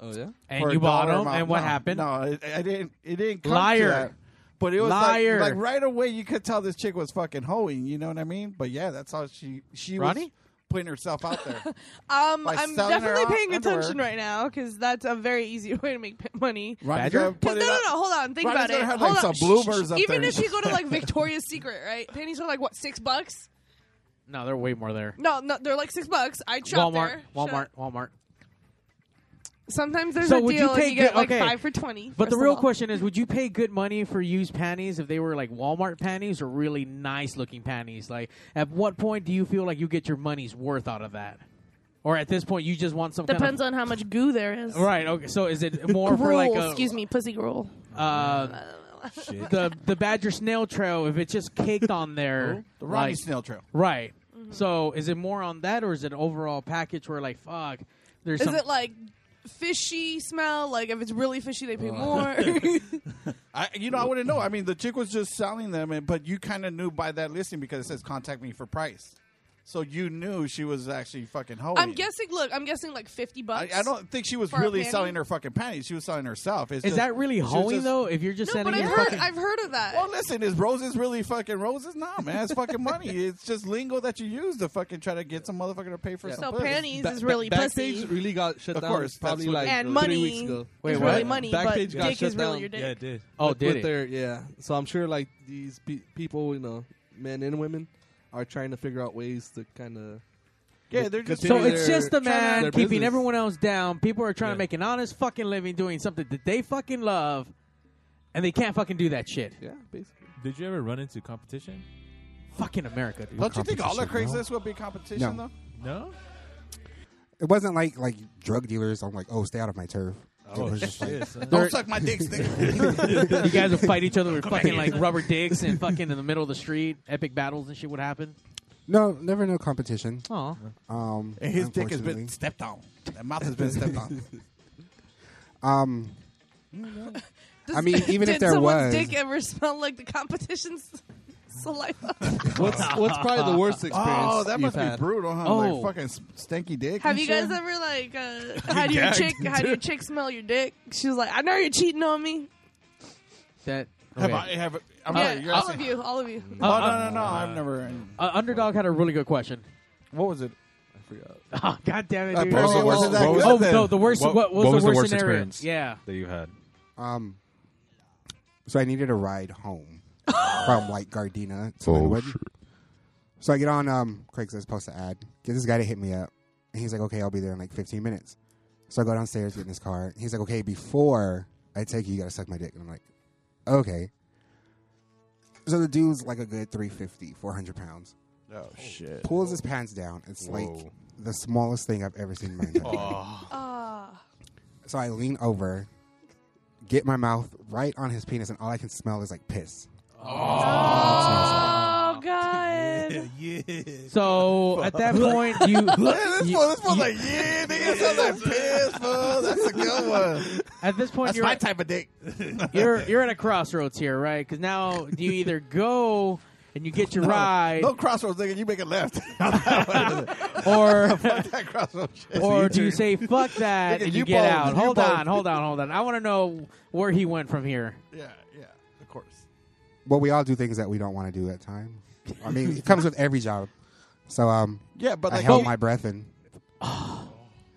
G: Oh yeah.
C: And
B: for a
C: you bought
B: dollar
C: them,
B: amount.
C: and what
B: No,
C: happened?
B: No, it, I didn't. It didn't. Come to
C: Liar.
B: that. But it was like-
C: Liar.
B: Like, right away, you could tell this chick was fucking hoeing. You know what I mean? But yeah, that's how she she was
C: Ronnie?
B: putting herself out there.
H: Um,
B: By
H: I'm
B: selling her
H: definitely
B: on-
H: paying
B: underwear.
H: attention right now because that's a very easy way to make p- money.
B: Ronnie's
C: Badger?
B: gonna put
H: 'Cause-
B: it
H: no, no,
B: up-
H: no. Hold on. Think
B: Ronnie's
H: about it.
B: gonna have,
H: Hold
B: like,
H: on.
B: some bloomers up
H: Even
B: there.
H: if you go to like Victoria's Secret, right? Panties are like what six bucks?
C: No, they're way more there.
H: No, no, they're like six bucks. I
C: Walmart,
H: shop there. Shut
C: Walmart,
H: up.
C: Walmart.
H: Sometimes there's
C: So
H: a
C: would you
H: deal and
C: take
H: you get
C: it-
H: like
C: okay.
H: five for twenty.
C: But the
H: first of
C: real
H: all.
C: question is, would you pay good money for used panties if they were like Walmart panties or really nice looking panties? Like, at what point do you feel like you get your money's worth out of that? Or at this point, you just want some
H: depends
C: kind
H: on how much goo there is.
C: of, right? Okay, so is it more
H: Gruel,
C: for like a,
H: excuse me, pussy gruel.
C: uh, the the badger snail trail if it's just caked on there,
B: The Ronnie
C: like-
B: Snail Trail.
C: right?
H: Mm-hmm.
C: So is it more on that or is it an overall package where like fuck? There's
H: Is
C: some,
H: it like fishy smell? Like if it's really fishy, they pay
C: Uh,
H: more.
B: I, you know, I wouldn't know. I mean, the chick was just selling them, and, but you kind of knew by that listing because it says contact me for price. So you knew she was actually fucking hoeing.
H: I'm guessing. Look, I'm guessing like fifty
B: I,
H: bucks.
B: I don't think she was
H: for a
B: really
H: panty?
B: selling her fucking panties. She was selling herself. It's
C: is
B: just-
C: that really
B: she was
C: hoeing
B: just-
C: though? If you're just
H: No,
C: sending
H: but I've
C: your
H: heard.
C: fucking-
H: I've heard of that.
B: Well, listen, is roses really fucking roses? Nah, man, it's fucking money. It's just lingo that you use to fucking try to get some motherfucker to pay for
H: So
B: some pussy.
H: panties
G: Ba-
H: is
G: ba-
H: really
G: Backpage
H: pussy.
G: really got shut
B: Of
G: down.
B: course, that's
G: probably
B: what-
G: like
H: And
G: three
H: money
G: weeks ago.
C: Wait,
H: is
C: what?
H: really money, but
G: Backpage got
H: dick
G: shut
H: is really
G: down.
H: your dick.
F: Yeah, it did.
C: oh,
G: with-
C: did
G: with
C: it?
G: Their, yeah. So I'm sure like these pe- people, you know, men and women, are trying to figure out ways to kind of.
B: Yeah, they're just-
C: So it's just a
G: their
C: man keeping
G: business.
C: everyone else down. People are trying
G: Yeah.
C: to make an honest fucking living doing something that they fucking love, and they can't fucking do that shit.
G: Yeah, basically.
F: Did you ever run into competition?
C: Fucking America, dude.
B: Don't you think all of
J: Competition, no.
B: Craigslist would be competition
J: No.
B: though?
F: No.
J: It wasn't like like drug dealers. I'm like, oh, stay out of my turf.
B: Oh,
J: it was just like,
B: Don't suck my dick, nigga.
C: you guys would fight each other with fucking like rubber dicks and fucking in the middle of the street. Epic battles and shit would happen.
J: no, never no competition.
C: Aw.
J: Um,
B: And his dick has been
J: unfortunately.
B: stepped on. That mouth has been stepped on.
J: Um,
C: Oh
H: Does-
J: I mean, even
H: did
J: if there was-
H: someone's dick ever smell like the competition's saliva?
G: What's what's probably the worst experience?
B: Oh, that
G: you've
B: must be
G: had?
B: brutal, huh?
C: Oh.
B: Like fucking s- stinky dick.
H: Have
B: and
H: you
B: shit?
H: guys ever like uh, had your chick had your chick smell your dick? She was like, "I know you're cheating on me."
C: That
B: Have
C: okay.
B: I? Have I'm
H: yeah,
B: sorry, you're
H: all
B: asking-
H: of you, all of you.
C: Uh,
B: Oh
C: uh,
B: no, no, no! I've never.
C: uh, underdog had a really good question.
B: What was it?
G: I forgot.
C: Oh, God damn it,
B: Uh,
C: dude.
B: Bro,
C: oh,
B: it wasn't that
A: what was-
B: good
C: oh,
B: then.
C: no, the worst. What, what was, the worst, scenario?
A: experience
C: Yeah.
A: that you had?
J: um, so I needed a ride home from like Gardena to Linwood. So I get on um, Craigslist, post an ad, get this guy to hit me up, and he's like, "Okay, I'll be there in like 15 minutes." So I go downstairs, get in his car. He's like, "Okay, before I take you, you gotta suck my dick," and I'm like, "Okay." So the dude's like a good 350, 400 pounds.
B: Oh shit!
J: Pulls his pants down. It's like
B: Whoa.
J: the smallest thing I've ever seen in my
C: uh,
J: entire life.
H: Ah.
J: So I lean over, get my mouth right on his penis, and all I can smell is like piss.
H: Oh god.
C: So at that point, you.
B: this
C: you-
B: one, this one's like, yeah, nigga, sounds like piss, fool. That's a good one.
C: At this point,
B: That's
C: you're
B: my type of dick.
C: you're you're at a crossroads here, right? Because now do you either go and you get your
B: No,
C: ride,
B: No crossroads, nigga. You make a left.
C: or
B: that crossroads shit.
C: or
B: You
C: do you
B: turn.
C: say fuck that
B: Nigga,
C: and you,
B: you
C: get
B: both,
C: out?
B: you
C: Hold
B: both.
C: on, hold on, hold on. I want to know where he went from here.
B: Yeah, yeah, of course.
J: Well, we all do things that we don't want to do at time. I mean, it comes with every job. So um,
B: Yeah, but
J: I
B: like-
J: held
B: But-
J: my breath and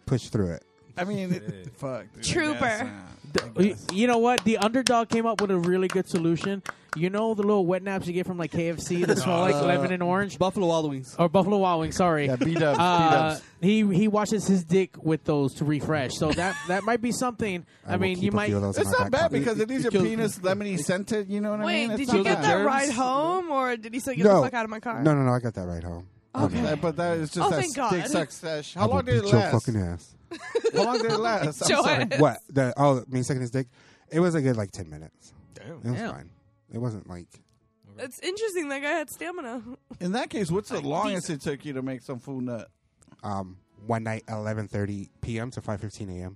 J: pushed through it.
B: I mean, it, fuck. dude, I
H: Trooper.
B: guess, uh,
C: The- you, you know what? The underdog came up with a really good solution. You know the little wet naps you get from like KFC that smell like
G: Uh,
C: lemon and orange,
G: Buffalo Wild Wings.
C: or Buffalo Wild Wings. Sorry,
B: Yeah, B-dubs,
C: Uh,
B: B-dubs.
C: he he washes his dick with those to refresh. So that that might be something. I,
J: will
C: mean,
J: keep
C: you
J: a
C: might.
J: few of those in
B: It's
J: my back
B: not bad
J: pocket.
B: because it is your
G: kills-
B: penis lemony scented. You know what I
H: Wait,
B: mean?
H: did
B: It's
H: you
B: not
H: get that
B: bad.
H: ride home or did he say get
J: No.
H: the fuck out of my car?
J: No, no, no. I got that right home.
H: Okay.
B: That- But that is just
H: Oh,
B: that
H: thank God.
B: dick suck sesh.
J: I
B: How
J: will
B: long did it
J: beat your
B: last?
J: fucking ass.
B: How long did it last? I'm
H: Joe
B: sorry.
H: Yes.
J: What? The oh, me sucking his dick. It was a good like ten minutes.
B: Damn.
J: It was
C: Damn.
J: fine. It wasn't like
H: It's interesting that guy had stamina.
B: In that case, what's the longest it took you to make some food nut?
J: um one night eleven thirty p.m. to five fifteen a.m.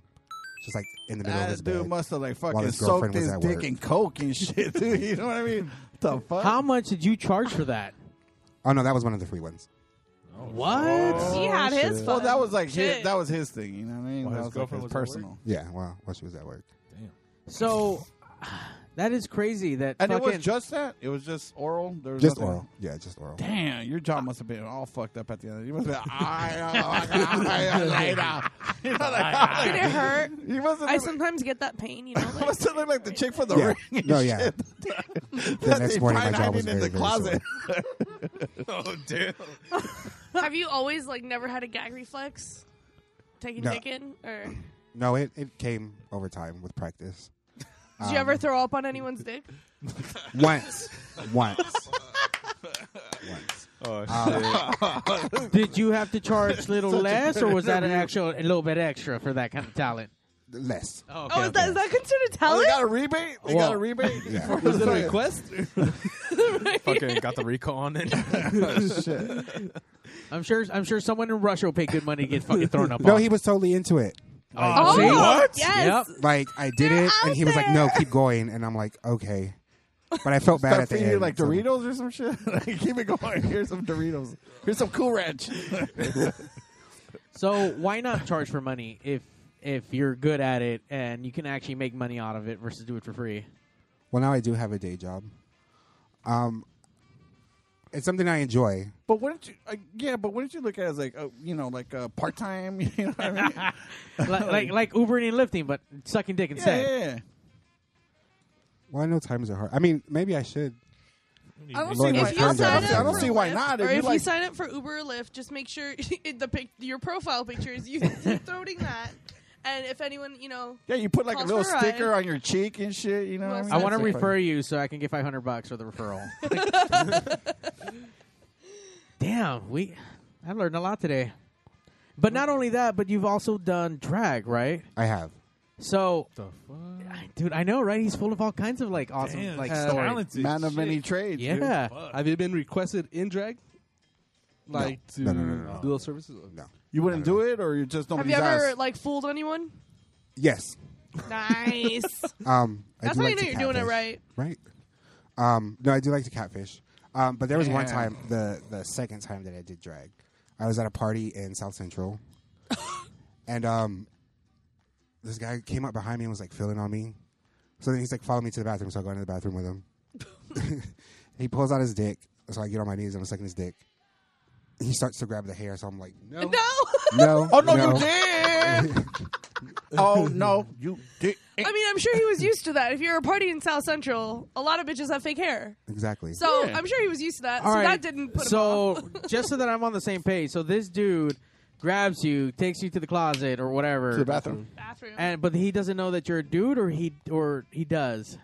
J: Just like in the middle of
B: That
J: his
B: dude
J: bed.
B: must have like
J: while
B: fucking
J: his girlfriend
B: soaked
J: was
B: his
J: at
B: dick
J: work.
B: in coke and shit, dude. You know what I mean? the fuck?
C: How much did you charge for that?
J: Oh no, that was one of the free ones.
C: What?
H: he had his fun.
B: Oh, Well, that was like his,
H: Shit.
B: that was his thing. You know what I mean?
F: Well,
B: that
F: his
B: was like
F: girlfriend
B: his
F: was at work?
B: personal.
J: Yeah, well, while she was at work.
C: So that is crazy. That
B: And it
C: fucking,
B: was just that. It was just oral. There was
J: Just
B: nothing-
J: oral. Yeah, just oral.
B: Damn, your jaw must have been all fucked up at the end. You must have been, oh, I I- I- later. You know, like,
H: Did it hurt?
B: you must have
H: I
B: looked,
H: sometimes get that pain, you know.
B: you
H: Like,
B: must have looked like the chick from the
J: Yeah.
B: ring. and
J: No, yeah.
B: shit.
J: The next morning, my jaw was
B: in
J: very,
B: the
J: very
B: closet.
J: sore.
B: oh, damn.
H: have you always like never had a gag reflex? Taking
J: No.
H: dick in, or did
J: No, it, it came over time with practice. Um,
H: you ever throw up on anyone's dick?
J: Once, once, once.
A: Oh,
C: Did you have to charge little
B: Such a
C: less, or was
B: good
C: that an actual a little bit extra for that kind of talent?
J: Less.
C: Oh,
H: oh, is that is that considered
B: Oh, they
H: talent?
B: got a rebate? They
C: Well,
B: got a rebate?
J: yeah.
B: Was it a
G: Request?
F: Fucking got the Rico on it.
C: I'm sure. I'm sure someone in Russia will pay good money to get fucking thrown up.
J: No,
C: on.
J: he was totally into it.
H: oh,
C: See?
H: Yes.
C: Yep.
J: Like I did
H: They're
J: it, and
H: out
J: he was like, "No,
H: there.
J: keep going," and I'm like, "Okay," but I felt bad
B: Start
J: at the
B: feeding you
J: end.
B: like
J: so-
B: Doritos or some shit? like, keep it going. Here's some Doritos. Here's some Cool Ranch.
C: So why not charge for money if if you're good at it and you can actually make money out of it versus do it for free?
J: Well, now I do have a day job. Um, it's something I enjoy.
B: But wouldn't you? Uh, yeah, but wouldn't you look at it as like, uh, you know, like uh, part time? You know what I mean? yeah,
C: like, like like Ubering and lifting, but sucking dick
B: yeah,
C: instead.
B: yeah.
J: Well, I know times are hard. I mean, maybe I should.
H: I will
J: Well,
H: say
J: it
H: if you
J: turns out
H: sign
J: it's
H: up,
J: I don't
H: for
J: see
B: why
H: Lyft,
B: not. If
H: Or
B: you
H: if you
B: like-
H: sign up for Uber or Lyft, just make sure it, the pic, your profile picture is you throwing that. And if anyone, you know,
B: Yeah, you put like a
H: Calls
B: little
H: for a
B: sticker
H: ride.
B: on your cheek and shit. You know, what I,
H: Well,
B: mean?
C: I want to
B: That's like-
C: refer you so I can get 500 bucks for the referral. Damn, we I learned a lot today. But not only that, but you've also done drag, right?
J: I have.
C: So, dude, I know, right? He's full of all kinds of like awesome
F: Damn,
C: like
F: uh,
C: stories.
F: talented
B: man of
F: shit.
B: many trades. dude.
C: Yeah.
G: Have you been requested in drag? Like to
J: No, no, no, no, no.
G: do those services?
J: No.
B: you wouldn't do it, or you just don't.
H: have you ever like fooled anyone?
J: Yes.
H: Nice.
J: Um, I
H: That's
J: do like
H: how you know
J: to
H: you're doing it
J: catfish. Right.
H: right.
J: Um, no, I do like to catfish. Um, but there was one
B: Yeah.
J: time, the the second time that I did drag, I was at a party in South Central, and um, this guy came up behind me and was like feeling on me. So then he's like, "Follow me to the bathroom." So I go into the bathroom with him. he pulls out his dick, so I get on my knees and I'm sucking his dick. he starts to grab the hair, so I'm like,
H: No.
J: no.
B: Oh no, you did. oh no, you did.
H: I mean, I'm sure he was used to that. If you're a party in South Central, a lot of bitches have fake hair.
J: Exactly.
H: So I'm sure he was used to that. so that didn't put him off.
C: so just so that I'm on the same page, so this dude grabs you, takes you to the closet or whatever,
B: To the bathroom.
H: bathroom,
C: and but he doesn't know that you're a dude, or he or he does.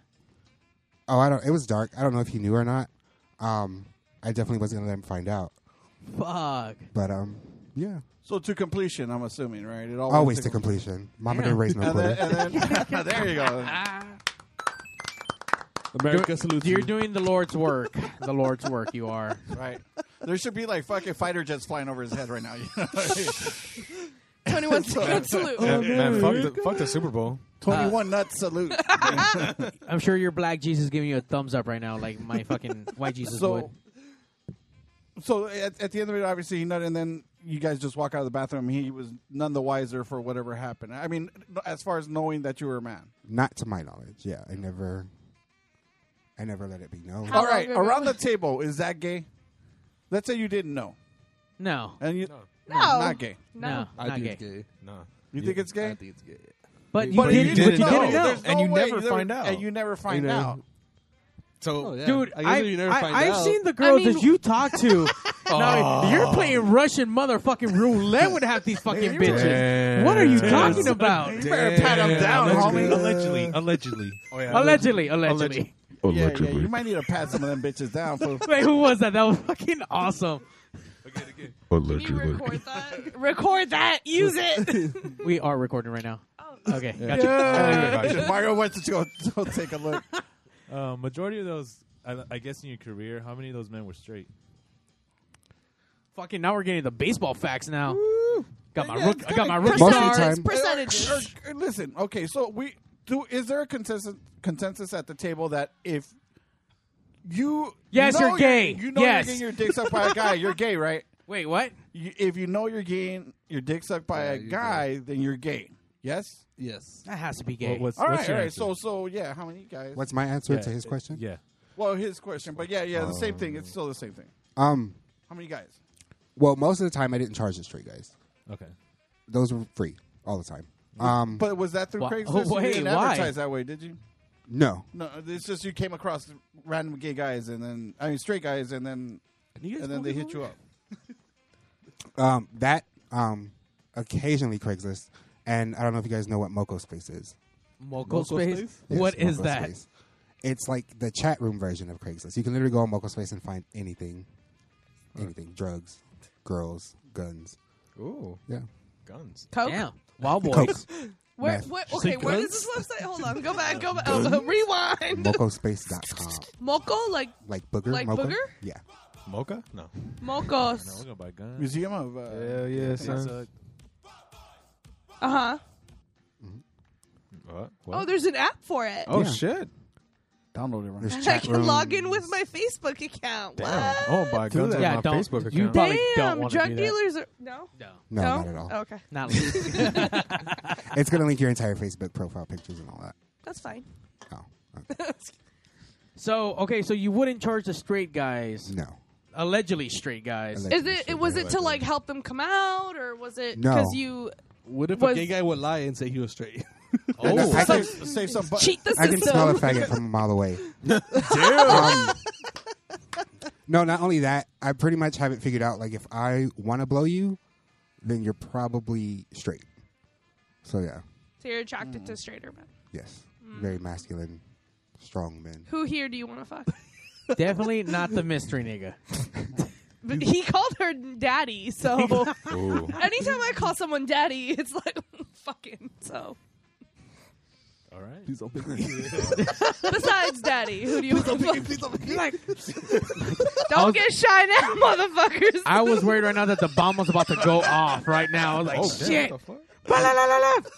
J: Oh, I don't. It was dark. I don't know if he knew or not. Um, I definitely wasn't gonna let him find out.
C: Fuck.
J: But um, yeah,
B: So to completion, I'm assuming, right? It all went
J: always to completion. Mama didn't raise no
B: And then,
J: quitter.
B: and then- there you go.
C: America salutes You're doing the Lord's work. the Lord's work. You are.
B: Right. There should be like fucking fighter jets flying over his head right now. You know?
H: 21
B: nut salute.
A: Yeah, man, fuck the, fuck the Super Bowl.
B: 21 nut salute.
C: Uh, I'm sure your black Jesus giving you a thumbs up right now, like my fucking white Jesus
B: So-
C: would.
B: so at, at the end of it, obviously he nutted, and then you guys just walk out of the bathroom. He was none the wiser for whatever happened. I mean, as far as knowing that you were a man.
J: Not to my knowledge. Yeah, I never, I never let it be known.
B: All right, around the table, is that gay? Let's say you didn't know.
C: No.
B: And you no,
H: No.
B: not gay.
C: No, No,
G: I
C: not
G: think
C: gay.
G: it's gay.
A: No.
B: You think it's gay?
G: I think it's gay.
C: But you
B: But
C: didn't,
A: didn't
C: but you
A: know.
C: didn't know.
B: There's
A: And you
B: way.
A: never find out.
B: And you never find
A: You know.
B: out.
A: So,
C: Dude,
G: I guess
C: Oh, I,
G: you never
C: I,
G: find
C: I've
G: out.
C: seen the girls
H: mean-
C: that you talk to. now, you're playing Russian motherfucking roulette with half these fucking bitches. What are you talking about?
B: You better pat him down, homie.
F: Allegedly, allegedly. Oh yeah.
C: Allegedly, allegedly.
B: Allegedly. Yeah, yeah, you might need to pat some of them bitches down. For,
C: Wait, who was that? That was fucking awesome.
H: Record that. Record that. Use it.
C: We are recording right now. Okay, gotcha.
B: Mario wants to go, go take a look.
O: Uh, majority of those, I, I guess, in your career, how many of those men were straight?
C: Fucking now we're getting the baseball facts now. Got my rook. I got my
B: rook.
C: rookie
J: Most of the
C: cards.
J: time.
H: Percentages.
B: Listen, okay, so we do. Is there a consensus consensus at the table that if you
C: Yes,
B: know
C: you're gay.
B: you know
C: Yes.
B: you're getting your dick sucked by a guy, you're gay, right?
C: Wait, what?
B: You, if you know you're getting your dick sucked by a guy, then you're gay. Yes.
G: Yes.
C: That has to be gay.
O: What- what's-
B: All right,
O: your
B: all right.
O: answer?
B: So, so yeah, how many guys?
J: What's my answer
O: Yeah,
J: to his
O: it-
J: question?
O: Yeah.
B: well, his question, but yeah, yeah, the same thing. It's still the same thing.
J: Um.
B: How many guys?
J: Well, most of the time I didn't charge the straight guys.
O: Okay.
J: Those were free all the time. Um.
B: But was that through
C: Wha-
B: Craigslist?
C: oh,
B: you
C: wait,
B: didn't
C: why?
B: advertise that way, did you?
J: no.
B: No, it's just you came across random gay guys, and then I mean straight guys, and then and then they hit you up.
J: Um. That. Um. Occasionally Craigslist, and I don't know if you guys know what Moco Space is.
C: Moco
G: space?
C: space.
J: Yes,
C: What is
J: Moco
C: that?
J: Space. It's like the chat room version of Craigslist. You can literally go on Moco Space and find anything, anything, drugs, girls, guns.
A: Ooh,
J: Yeah,
A: guns.
H: Coke.
C: Damn. Wild
J: Coke.
C: boys.
H: Where,
J: Meth.
H: where, okay, where is this website? Hold on. Go back. Go back. Uh, rewind.
J: MocoSpace.com.
H: Moco, like
J: Like booger,
H: Like
J: mocha?
H: booger?
J: Yeah,
A: Mocha? No.
O: No, we're
H: mocos.
O: gonna buy guns.
B: Museum of uh,
A: Hell yeah, son.
O: Uh,
H: Uh huh.
A: What?
H: Oh,
A: What?
H: there's an app for it.
A: Oh,
J: Yeah.
A: shit.
B: download it. Right.
J: there's
H: I
J: chat
H: can log
J: rooms.
H: in with my Facebook account.
A: Damn.
H: What?
A: Oh, my guns on
C: Yeah,
A: my
C: don't-
A: Facebook account.
C: you probably don't
H: Damn,
C: wanna
H: drug
C: do that.
H: dealers are no,
C: No,
J: No,
H: no, Oh,
J: not at all.
H: Okay,
C: not.
J: It's gonna link your entire Facebook profile pictures and all that.
H: that's fine.
J: Oh
C: so okay, so you wouldn't charge the straight guys,
J: no,
C: allegedly straight guys.
J: Alleg-
H: Is it, it? Was it to like help them come out, or was it
J: No.
H: because you
G: What if a
H: Was-
G: gay guy would lie and say he was straight? Oh.
J: No, I, can,
B: save, save some. Bu-
H: cheat the
J: I
H: system?
J: can smell a faggot from a mile away. Um, no, not only that, I pretty much have it figured out. Like, if I want to blow you, then you're probably straight. So yeah,
H: So you're attracted to straighter men.
J: yes,
B: Mm.
J: very masculine, strong men.
H: Who here do you want to fuck?
C: Definitely not the mystery nigga.
H: But he called her daddy, so
A: Ooh.
H: anytime I call someone daddy, it's like fucking. So
O: all right.
G: Please don't pick me.
H: besides daddy, who do you want to fuck?
C: You're like, I
H: Don't
C: was-
H: get shy now, motherfuckers.
C: I was worried right now that the bomb was about to go off right now. I was like,
A: Oh,
C: shit.
A: damn, what the fuck?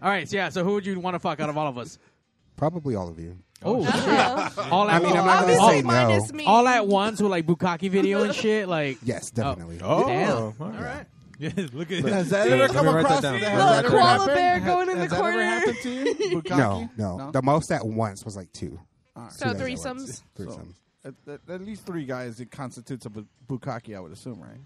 C: All right, so yeah. So who would you want to fuck out of all of us?
J: Probably all of you.
C: Oh,
H: Uh-huh.
C: shit. all
J: I
C: at
J: mean, I'm
C: once.
J: not gonna
H: Obviously,
J: say no.
H: minus me.
C: all at once with like bukkake video and shit. Like,
J: Yes, definitely.
A: Oh,
C: Damn.
A: all right.
O: yeah, look at this.
B: Has that
A: Let me
B: ever come
A: write that
B: across?
A: down.
B: you?
A: Let me
B: Has
A: write that
B: that ever
A: down.
H: Koala bear
B: happened?
H: going in the
B: Has that ever
H: corner.
B: happened to you? Bukkake?
J: No, no, The most at once was like two.
B: All right.
H: So
J: Two guys at
H: threesomes?
J: once. Threesomes.
B: at, at, at least three guys, it constitutes a bu- bukkake, I would assume, right?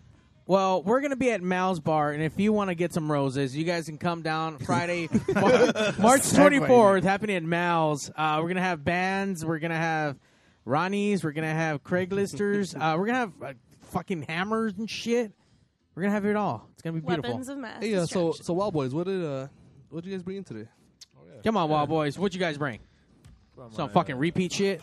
C: Well, we're gonna be at Mal's bar, and if you want to get some roses, you guys can come down Friday, Mar- March twenty fourth, happening at Mal's. Uh, we're gonna have bands. We're gonna have Ronnie's. We're gonna have Craiglisters. uh, we're gonna have uh, fucking hammers and shit. We're gonna have it all. It's gonna be beautiful.
H: Weapons of mass
G: Hey, uh, so
H: destruction.
G: so Wild Boys, what did uh, what did you guys bring in today?
C: Come on, Wild Boys. What'd you guys bring? Some
G: my,
C: fucking repeat shit.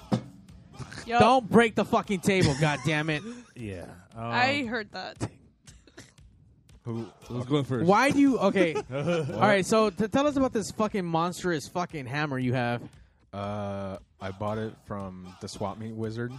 H: Yup.
C: Don't break the fucking table, god damn it.
O: Yeah.
A: um,
H: I heard that.
O: Who, who's going first?
C: Why do you? Okay. All right. So t- tell us about this fucking monstrous fucking hammer you have.
A: Uh, I bought it from the swap meet wizard.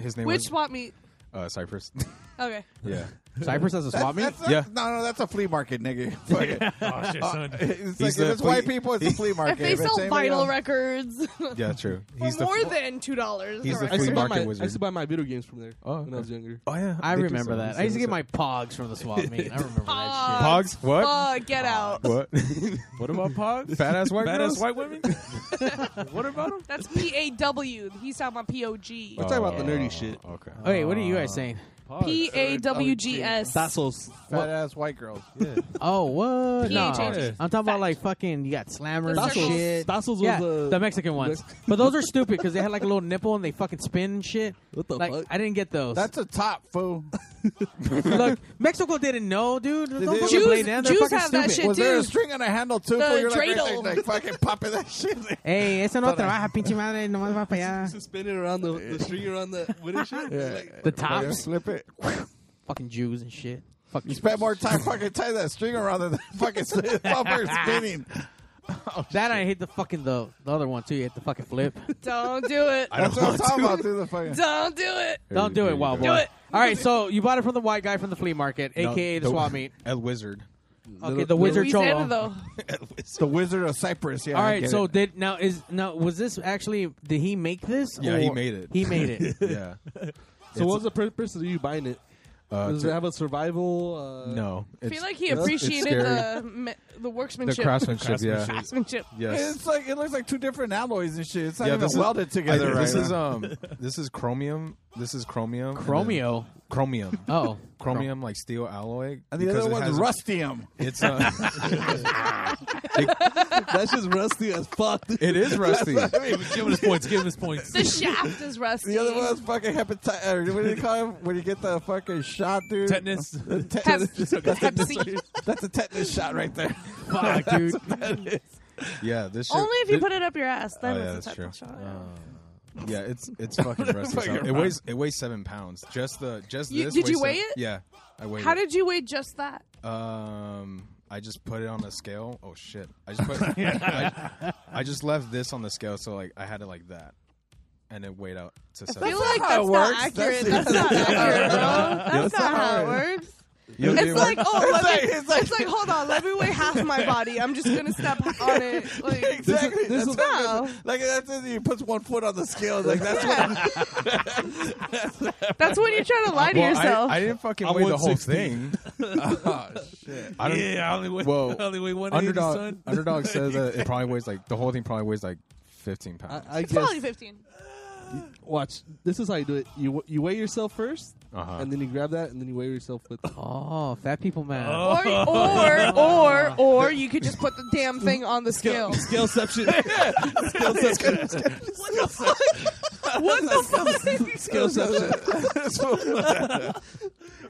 A: His name
H: Which
A: was
H: swap meet?
A: uh, Cypress.
H: Okay.
A: yeah,
C: Cypress has a
B: That's-
C: swap meet.
B: that's not-
A: Yeah.
B: No, no, that's a flea market, nigga. Fuck it.
O: Oh, shit, son.
B: Uh, it's
A: He's
B: like if
A: the
B: it's white
A: flea-
B: people, it's a flea market.
H: If they
B: If it's
H: sell
B: anybody
H: vinyl
B: else-
H: records
A: yeah, true.
H: for
A: He's the
H: more than two dollars,
A: he's the
G: I used,
A: flea
G: to buy
A: market
G: my, I
A: wizard.
G: used to buy my video games from there
A: Oh,
G: when I was younger.
A: oh yeah,
C: I
A: they do
C: remember
A: sell-
C: that.
A: they
C: I used to get
A: sell-
C: my pogs from the swap meet. I remember that shit.
A: Pogs? What?
H: Uh, get out.
A: What?
O: What about pogs?
A: Fat ass white
O: Fat
A: girls?
O: ass white women? what about them?
H: That's P A W. He's talking about P O G.
G: We're talking about the
A: Oh,
G: nerdy shit.
A: Okay.
C: Wait, what are you guys saying?
H: P A W G S.
G: Tassos.
B: Fat ass white girls. Yeah.
C: Oh, what? No,
H: PHS.
C: I'm talking about like fucking. You got slammers and
H: Those circles.
C: shit.
G: Tassos was
C: Yeah,
G: the-
C: the Mexican ones. But those are stupid because they had like a little nipple and they fucking spin and shit.
G: What the
C: Like
G: fuck?
C: I didn't get those.
B: That's a top, fool.
C: Look, Mexico didn't know, dude. Don't
B: they?
C: fucking
H: Jews-
C: blame them. They're
H: Jews
C: fucking
H: have that
C: stupid.
H: shit.
B: Was there a
H: dude.
B: string on a handle, too,
H: The
B: fool? You're like,
H: dreidel.
B: right there, like fucking popping that shit.
C: Hey, esa no
B: Thought I-
C: trabaja, pinche madre. No más va para allá.
G: Suspended around the, the string around the wooden shit. Like,
C: The tops,
B: Slip it.
C: fucking Jews and shit. Fuck
B: You spent more time fucking tying that string around than that fucking bumper spinning.
C: that. I hit the fucking the, the other one too. You hit the fucking flip.
H: Don't do it.
B: That's what I'm talking about, dude. The fucking.
H: Don't do it.
C: Don't do
A: there
C: it,
A: you
C: wild boy.
A: go.
H: Do it.
C: All right, so you bought it from the white guy from the flea market,
A: No,
C: aka the swap meat.
A: El wizard.
C: Okay, the wizard
H: Louisiana,
C: cholo.
H: though.
B: The Wizard of Cyprus. Yeah.
C: All
B: I
C: right,
B: get
C: so
B: it.
C: did now is now was this actually did he make this?
A: Yeah, he
C: or-
A: made it.
C: He made it.
A: yeah.
G: so what was the purpose of you buying it?
A: Uh,
G: Does
A: to-
G: it have a survival? Uh,
A: no.
H: I feel
A: It's-
H: like he
A: it's- it's
H: appreciated
A: scary.
H: the me- the
A: the
H: workmanship.
A: craftsmanship. Yeah.
H: craftsmanship.
A: Yes.
B: It's like it looks like two different alloys and shit. It's not
A: yeah,
B: even
A: this is-
B: welded together
A: I-
B: right
A: This is
B: now.
A: um, this is chromium. This is chromium. and then-
C: Chromio.
A: Chromium.
C: Oh.
A: Chromium, like steel alloy.
B: and the
A: because
B: other
A: it has-
B: one's rustium.
A: It's uh,
G: That's just rusty as fuck. dude.
A: it is rusty.
O: Give him his points. Give him his points.
H: The shaft is rusty.
B: The other one's fucking hepatitis. What do you call it when you get the fucking shot, dude?
O: Tetanus.
B: The te-
H: Hep-
B: that's, a,
H: Pepsi.
B: that's a tetanus shot right there.
C: Fuck, dude.
A: Yeah, this shit,
H: Only if you
A: thi-
H: put it up your ass. Then
A: Oh, yeah,
H: it's a
A: that's
H: type of
A: true. Uh,
H: shot.
A: Yeah, it's it's fucking rusty.
B: Fucking
A: so- it weighs it weighs seven pounds. Just the just
H: You-
A: this.
H: did you
A: weighs
H: weigh
A: seven-
H: it?
A: Yeah, I weighed.
H: How
A: it.
H: did you weigh just that?
A: Um, I just put it on a scale. Oh shit! I just put. I, I just left this on the scale, so like I had it like that, and it weighed out to
H: I
A: seven.
H: feel like
B: how
H: that's
B: it
H: not
B: works.
H: accurate.
B: That's-
H: That's, not accurate, bro. That's not how it works.
A: You know what I mean?
H: It's like, oh, let
B: like-
H: me,
B: it's like-
H: it's like, hold on, let me weigh half my body. I'm just gonna step on it. Like,
B: Exactly.
G: this
B: that's
G: is-
B: what it is. like that's it. He puts one foot on the scale. Like that's what.
H: that's when you're trying to lie to
A: Well,
H: yourself.
A: I, I didn't fucking
O: I'm
A: weigh the whole
O: 160.
A: thing.
B: Oh shit!
A: I don't.
O: yeah, I only weigh,
A: Whoa.
O: I only weigh 180,
A: Underdog.
O: son.
A: Underdog says that it probably weighs like the whole thing probably weighs like fifteen
G: I,
A: pounds.
G: I
H: it's probably
G: guess.
H: 15.
G: Watch. This is how you do it. You you weigh yourself 1st
A: Uh-huh.
G: and then you grab that, and then you weigh yourself with.
C: Oh, fat people man.
H: Or, or, or, or you could just put the damn thing on the scale.
G: Scaleception. Scaleception.
H: What the fuck?
G: Scaleception.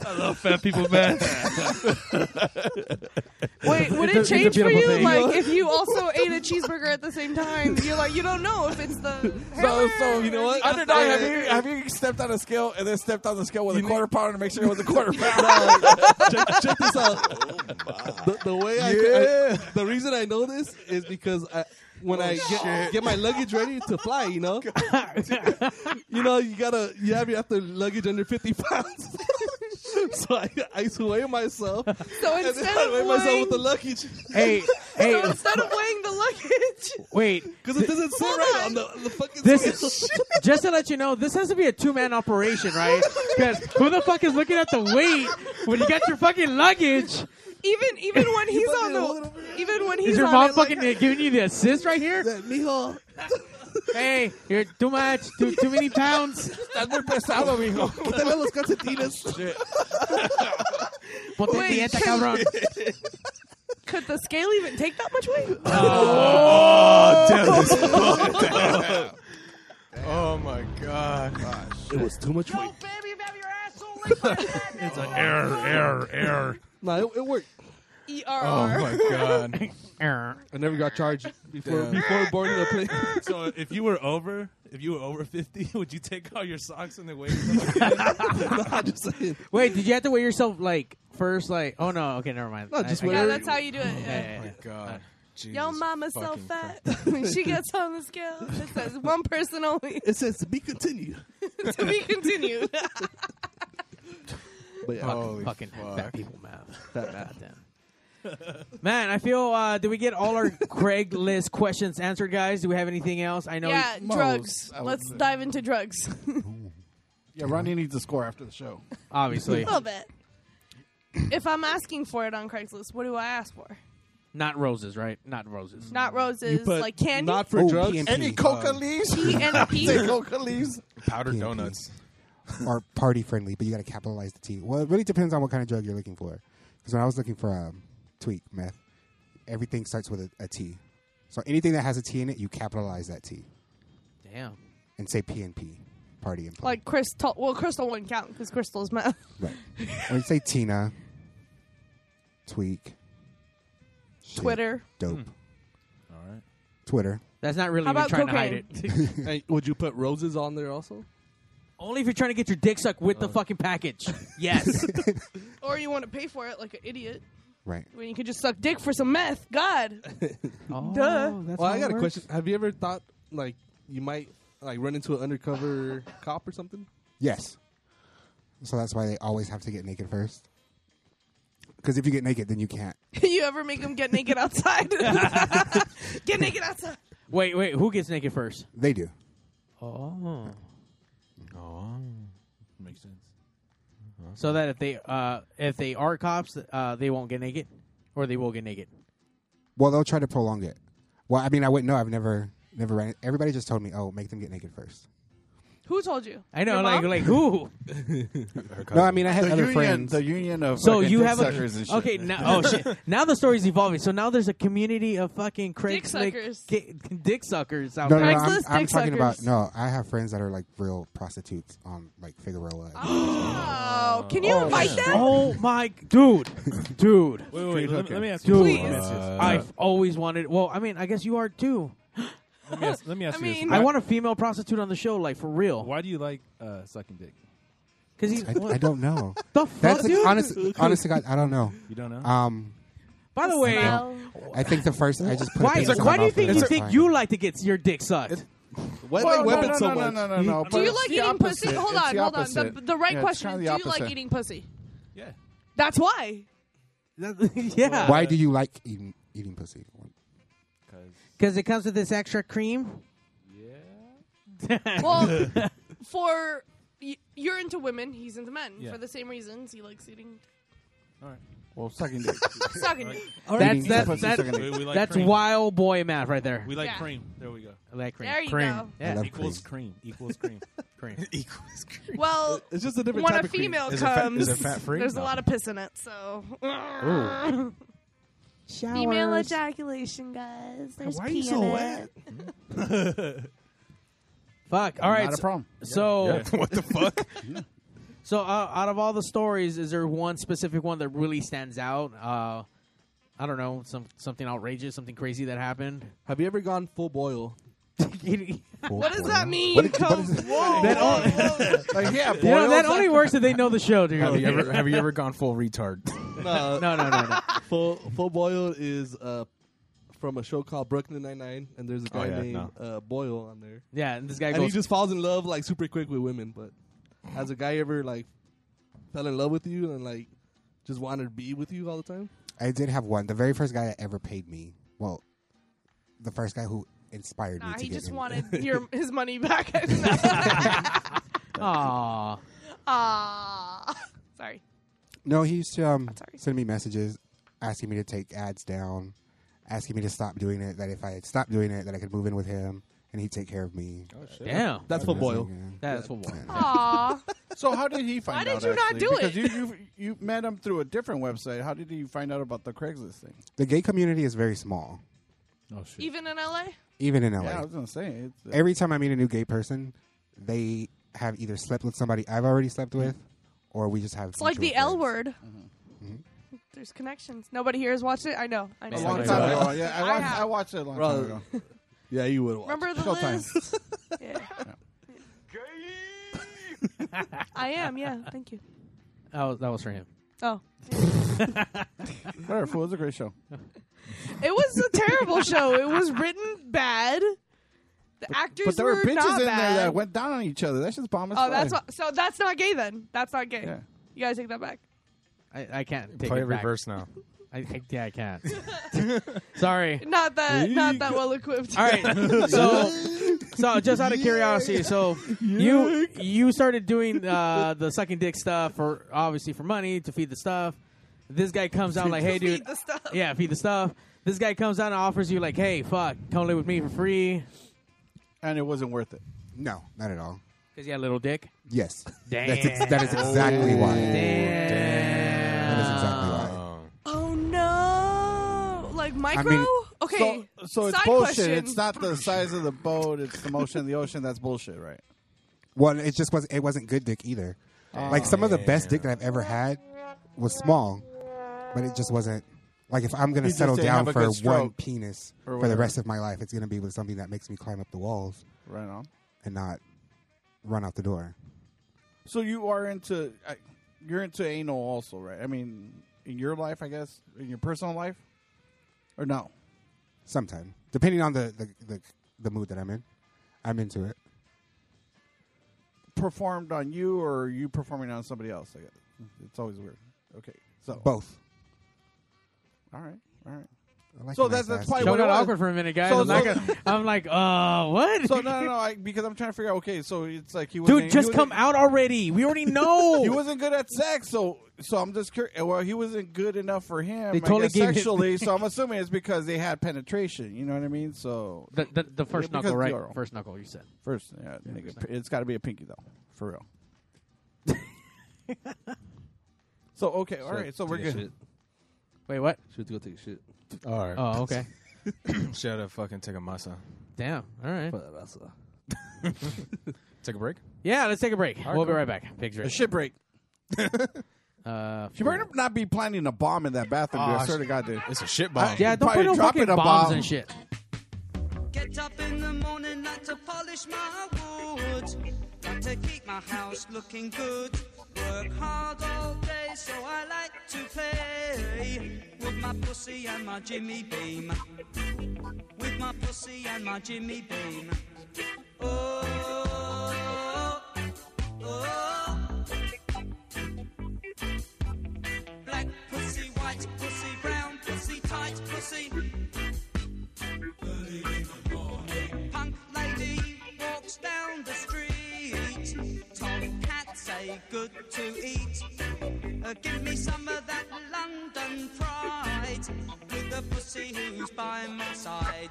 O: I love fat people, man.
H: Wait, would
C: It's
H: it
C: a- it's a
H: change for you?
C: beautiful thing.
H: Like, if you also ate a cheeseburger at the same time, you're like, you don't know if it's the.
G: So so you know what?
B: Underdog, have you have you stepped on a scale and then stepped on the scale with a quarter pounder to make sure it was a quarter pounder?
G: check, check this out. The, the way I,
B: Yeah.
G: I- the reason I know this is because I, when I get, get my luggage ready to fly, you know, you know, you gotta you have your after luggage under fifty pounds. so I, I used to weigh myself.
H: So
G: And then
H: instead
G: I
H: of
G: weigh myself with the
H: weighing,
G: luggage
C: Hey, hey,
H: so instead of weighing the luggage,
C: wait.
G: because it doesn't sit right on the, the fucking.
C: This
G: scale.
C: is just to let you know. This has to be a two-man operation, right? Because who the fuck is looking at the weight when you got your fucking luggage?
H: even even when he's on
G: fucking hold it
H: the, even when he's
C: Is your
H: on
C: mom
H: it, like,
C: fucking giving you the assist right here?
G: Mijo,
C: Hey, you're too much, too, too many pounds.
G: Estás muy pesado, mijo. Quítale los calcetines.
C: Ponte
H: Wait.
C: dieta, cabrón.
H: Could the scale even take that much weight?
A: Oh, damn, this is fucked up. Oh my god.
G: It was too much weight.
F: It's an error, error, error.
G: No, it, it worked.
H: E
A: Oh my god.
G: I never got charged before
O: Damn.
G: before boarding the plane.
O: So if you were over, if you were over fifty, would you take all your socks and the weight?
C: Wait, did you have to weigh yourself like first? Like, oh no, okay, never mind.
G: No, just
C: I, I
G: wear-
C: got it.
H: yeah,
C: Oh
H: that's how you do it. yeah. Oh
C: Yeah, yeah, yeah.
A: God.
H: Yo, mama's so fat. when she gets on the scale, it says one person only.
G: It says to be continued.
H: to be continued.
G: But yeah,
C: Fucking, fucking fat people, man. Goddamn. Man, I feel. Uh, did we get all our Craigslist questions answered, guys? Do we have anything else? I know.
H: yeah,
B: Most,
H: drugs.
B: I would
H: Let's
B: say.
H: dive into drugs.
B: Yeah, Ronnie needs a score after the show.
C: Obviously.
H: A little bit. If I'm asking for it on Craigslist, what do I ask for?
C: Not roses, right? Not roses.
H: Not roses,
G: put
H: like candy.
G: not for Oh, drugs? PMP.
B: Any coca
A: Um,
B: leaves?
H: PNP.
B: Say coca leaves.
A: Powdered
J: PMP.
A: donuts.
J: or party friendly, but you got to capitalize the T. Well, it really depends on what kind of drug you're looking for. Because when I was looking for um, tweak meth, everything starts with a, a T. So anything that has a T in it, you capitalize that T
C: Damn.
J: and say PNP, party and play.
H: Like crystal. Well, crystal wouldn't count because crystal is meth.
J: Right. or you say Tina, tweak, shit,
H: Twitter.
J: dope,
C: Hmm.
O: All right.
J: Twitter.
C: That's not really
H: How
C: even
H: about
C: trying
H: cocaine?
C: to hide it.
G: Hey, would you put roses on there also?
C: Only if you're trying to get your dick sucked with the fucking package. Yes.
H: Or you want to pay for it like an idiot.
J: Right.
H: When you could just suck dick for some meth. God.
C: oh,
H: Duh.
C: that's
G: well,
C: how
G: I
C: it
G: got a
C: works.
G: question. Have you ever thought like you might like run into an undercover cop or something?
J: Yes. So that's why they always have to get naked first. Because if you get naked, then you can't.
H: you ever make them get naked outside? get naked outside.
C: Wait, wait. Who gets naked first?
J: They do.
C: Oh.
A: Oh.
O: Makes sense.
C: So that if they uh, if they are cops, uh, they won't get naked, or they will get naked.
J: Well, they'll try to prolong it. Well, I mean, I wouldn't know. I've never, never ran. It. Everybody just told me, "Oh, make them get naked first.
H: Who told you?
C: I know,
H: Your
C: like
H: mom?
C: like who?
J: No, I mean, I had
B: the
J: other
B: union,
J: friends.
B: The union of
C: So
B: fucking
C: you
B: dick
C: have a
B: suckers and shit.
C: okay now. Oh shit! Now the story's evolving. So now there's a community of fucking Craig
H: Dick suckers.
C: dick suckers out
J: no, no, no,
C: there.
J: I'm,
H: Craigslist
J: I'm
H: dick
J: talking about
H: suckers.
J: no. I have friends that are like real prostitutes on like Figueroa.
H: Oh, can you invite them?
C: Oh my dude, dude,
O: Wait, wait, wait. Let, me- let me ask you.
C: dude!
O: Please.
C: I've always wanted. Well, I mean, I guess you are too.
O: Let me ask, let me ask
H: I
O: you
H: mean-
C: I
O: this.
C: want a female prostitute on the show, like for real.
O: Why do you like uh, sucking dick?
C: Because he's
J: I, I don't know.
C: the fuck,
J: That's
C: dude?
J: honestly, honestly, God, I don't know.
O: You don't know?
J: Um,
C: By the way,
J: I think the first I just put
C: why?
J: things in my
C: Why do you
J: mouth
C: think
J: and
C: you
J: it's
C: think
J: fine.
C: you like to get your dick sucked?
G: Why
B: Well,
G: like
B: no,
G: weapons
B: no,
G: so
B: no,
G: much?
B: No, no, no, no.
H: Do
B: but
H: you
B: it's
H: like
B: the
H: eating pussy?
B: opposite.
H: Hold
B: It's
H: on,
B: the
H: hold on. The,
B: opposite.
H: the right
B: Yeah, it's
H: question
B: kinda
H: is,
B: the
H: do you like
B: opposite.
H: eating pussy?
O: Yeah.
H: That's why.
C: yeah.
J: Why do you like eating eating pussy?
O: Because
C: Because it comes with this extra cream.
H: Well, for y- you're into women, he's into men
O: Yeah.
H: for the same reasons. He likes eating
B: Well, sucking dick.
H: sucking dick.
C: That's
B: Eating
C: that's
B: pussy,
C: that's,
B: sucking dick.
O: we, we like
C: that's
O: cream.
C: wild boy math right there.
O: we like
H: Yeah.
O: cream. There we go.
C: I like cream.
H: There you
C: cream.
H: go.
C: Yeah.
J: I love
O: Equals cream. Equals cream.
C: cream.
H: Well,
G: It's just a different
H: when
G: type
H: a
G: of cream.
H: female
A: Is it fat- is
H: comes,
A: it fat-free?
H: there's a
A: No.
H: lot of piss in it, so. Female ejaculation, guys. There's
G: Why are
H: pee
G: you so
H: in
O: Oh,
G: wet?
H: it.
C: Fuck. All right.
B: Not a
C: so-
B: problem.
C: So,
A: what the fuck?
C: so uh, out of all the stories, is there one specific one that really stands out? Uh, I don't know, some something outrageous, something crazy that happened.
G: Have you ever gone full boil?
H: What does that mean?
J: did you-
H: Come-
J: what is it?
H: Whoa.
C: That all-
B: Like, yeah,
C: you know, that
B: boils.
C: only works if they know the show, dude.
A: have you ever have you ever gone full retard?
G: No,
C: no, no, no, no.
G: full full boil is uh, from a show called Brooklyn Nine Nine, and there's a
A: Oh,
G: guy
A: yeah,
G: named
A: no.
G: uh, Boyle on there,
C: Yeah, and this guy
G: and he
C: goes.
G: just falls in love like super quick with women. But has a guy ever like fell in love with you and like just wanted to be with you all the time?
J: I did have one. The very first guy that ever paid me. Well, the first guy who inspired me
H: Nah,
J: to
H: he
J: get
H: just
J: in-
H: wanted your, his money back.
C: Aw.
H: Ah, sorry.
J: No, he used to um,
H: sorry.
J: send me messages asking me to take ads down, asking me to stop doing it. That if I had stopped doing it, that I could move in with him, and he'd take care of me. Oh
B: shit. Damn. That's for Boyle.
C: That's for Boyle.
H: Aw.
B: so how did he find
H: Why
B: out?
H: did you not
B: actually?
H: do it?
B: Because you, you you met him through a different website. How did you find out about the Craigslist thing?
J: The gay community is very small,
B: Oh shit.
H: Even in LA?
J: even in LA.
B: Yeah, I was gonna say it's,
J: Every time I meet a new gay person, they have either slept with somebody I've already slept with, or we just have.
H: It's like
J: mutual
H: the L word.
G: Mm-hmm.
J: Mhm.
H: There's connections. Nobody here has watched it. I know. I know.
B: a long time ago. Yeah, I watched, I watched it a long time ago.
G: Bro, yeah, you would. watch.
H: Remember the
B: Showtime.
H: list? yeah. I am. Yeah. Thank you.
C: That was, that was for him.
H: Oh.
B: Whatever, fool. It was a great show.
H: It was a terrible show. It was written bad. The actors
B: But there were bitches
H: not
B: in there
H: bad.
B: that went down on each other. That's just bomb as
H: Oh, that's
B: fuck.
H: what, so. That's not gay then. That's not gay.
B: Yeah.
H: You guys take that back.
C: I, I can't take
A: Play
C: it,
A: it
C: back.
A: reverse now.
C: I, I, yeah, I can't. Sorry.
H: Not that. Not that
C: Eek.
H: well equipped.
C: All right. So, so just out of curiosity, so you you started doing uh, the sucking dick stuff for obviously for money to feed the stuff. This guy comes out like, hey, dude.
H: the stuff.
C: Yeah, feed the stuff. This guy comes out and offers you like, hey, fuck, come live with me for free
B: And it wasn't worth it.
J: No, not at all.
C: because you had a little dick.
J: Yes.
C: Damn. Oh,
J: That's ex- that is exactly why.
C: Damn.
J: That is exactly why.
H: Oh no! Like micro?
J: mean,
H: okay.
B: So, so it's
H: Side
B: bullshit.
H: Question.
B: It's not the size of the boat. It's the motion of the ocean. That's bullshit, right?
J: Well, it just wasn't. It wasn't good dick either.
B: Oh,
J: like some of the best dick that I've ever had was small, but it just wasn't. Like if I'm gonna
B: You just
J: settle
B: didn't
J: down
B: have a
J: for
B: good stroke
J: one penis
B: or
J: for the
B: whatever.
J: rest of my life, it's gonna be with something that makes me climb up the walls
B: Right on.
J: and not run out the door.
B: So you are into I- you're into anal also, right? I mean, in your life, I guess, in your personal life, or no?
J: Sometime, depending on the the, the the mood that I'm in, I'm into it.
B: Performed on you, or are you performing on somebody else? I guess it's always weird. Okay, so
J: Both.
B: All right, all right.
J: I like
B: so
J: a nice
B: that's that's
J: ass
B: probably
C: Show
B: what it
C: got
B: was.
C: awkward for a minute, guys.
B: So-
C: I'm, like,
B: so-
C: I'm like, uh, what?
B: So no, no, no. I, because I'm trying to figure out. Okay, so it's like he was
C: Dude, just come out already. We already know.
B: He wasn't good at sex, so so I'm just curious. Well, he wasn't good enough for him
C: They
B: I
C: totally
B: guess,
C: gave him-
B: sexually, so I'm assuming it's because they had penetration. You know what I mean? So
C: the, the, the first
B: Yeah, because
C: knuckle, right?
B: you're-
C: First knuckle, you said.
B: First, yeah, nigga, it's got to be a pinky though, for real. so okay, all
G: Should I
B: right, so
G: take
B: we're
G: a
B: good.
G: shit?
C: Wait, what?
G: Should go take a shit.
A: All right.
C: Oh, okay.
A: Should have fucking take a masa.
C: Damn. All right.
G: But that's, uh,
A: Take a break.
C: Yeah, let's take a break.
A: right,
C: we'll be
A: cool.
C: right back. Pigs
B: A
C: ready.
B: shit break.
C: Uh,
B: She better not be planning a bomb in that bathroom. dude.
A: Oh,
B: I swear to God, dude.
A: It's a shit bomb.
C: yeah, don't
B: probably
C: put no
B: dropping
C: fucking
B: a
C: bombs
B: bomb.
C: and shit.
I: Get up in the morning, not to polish my wood. Got to keep my house looking good. Work hard all day, so I like to play with my pussy and my Jimmy Beam. With my pussy and my Jimmy Beam. Oh, oh. Black pussy, white pussy, brown pussy, tight pussy. Punk lady walks down the street. Tomcat say good to eat. Uh, give me some of that London pride. With a pussy who's by my side.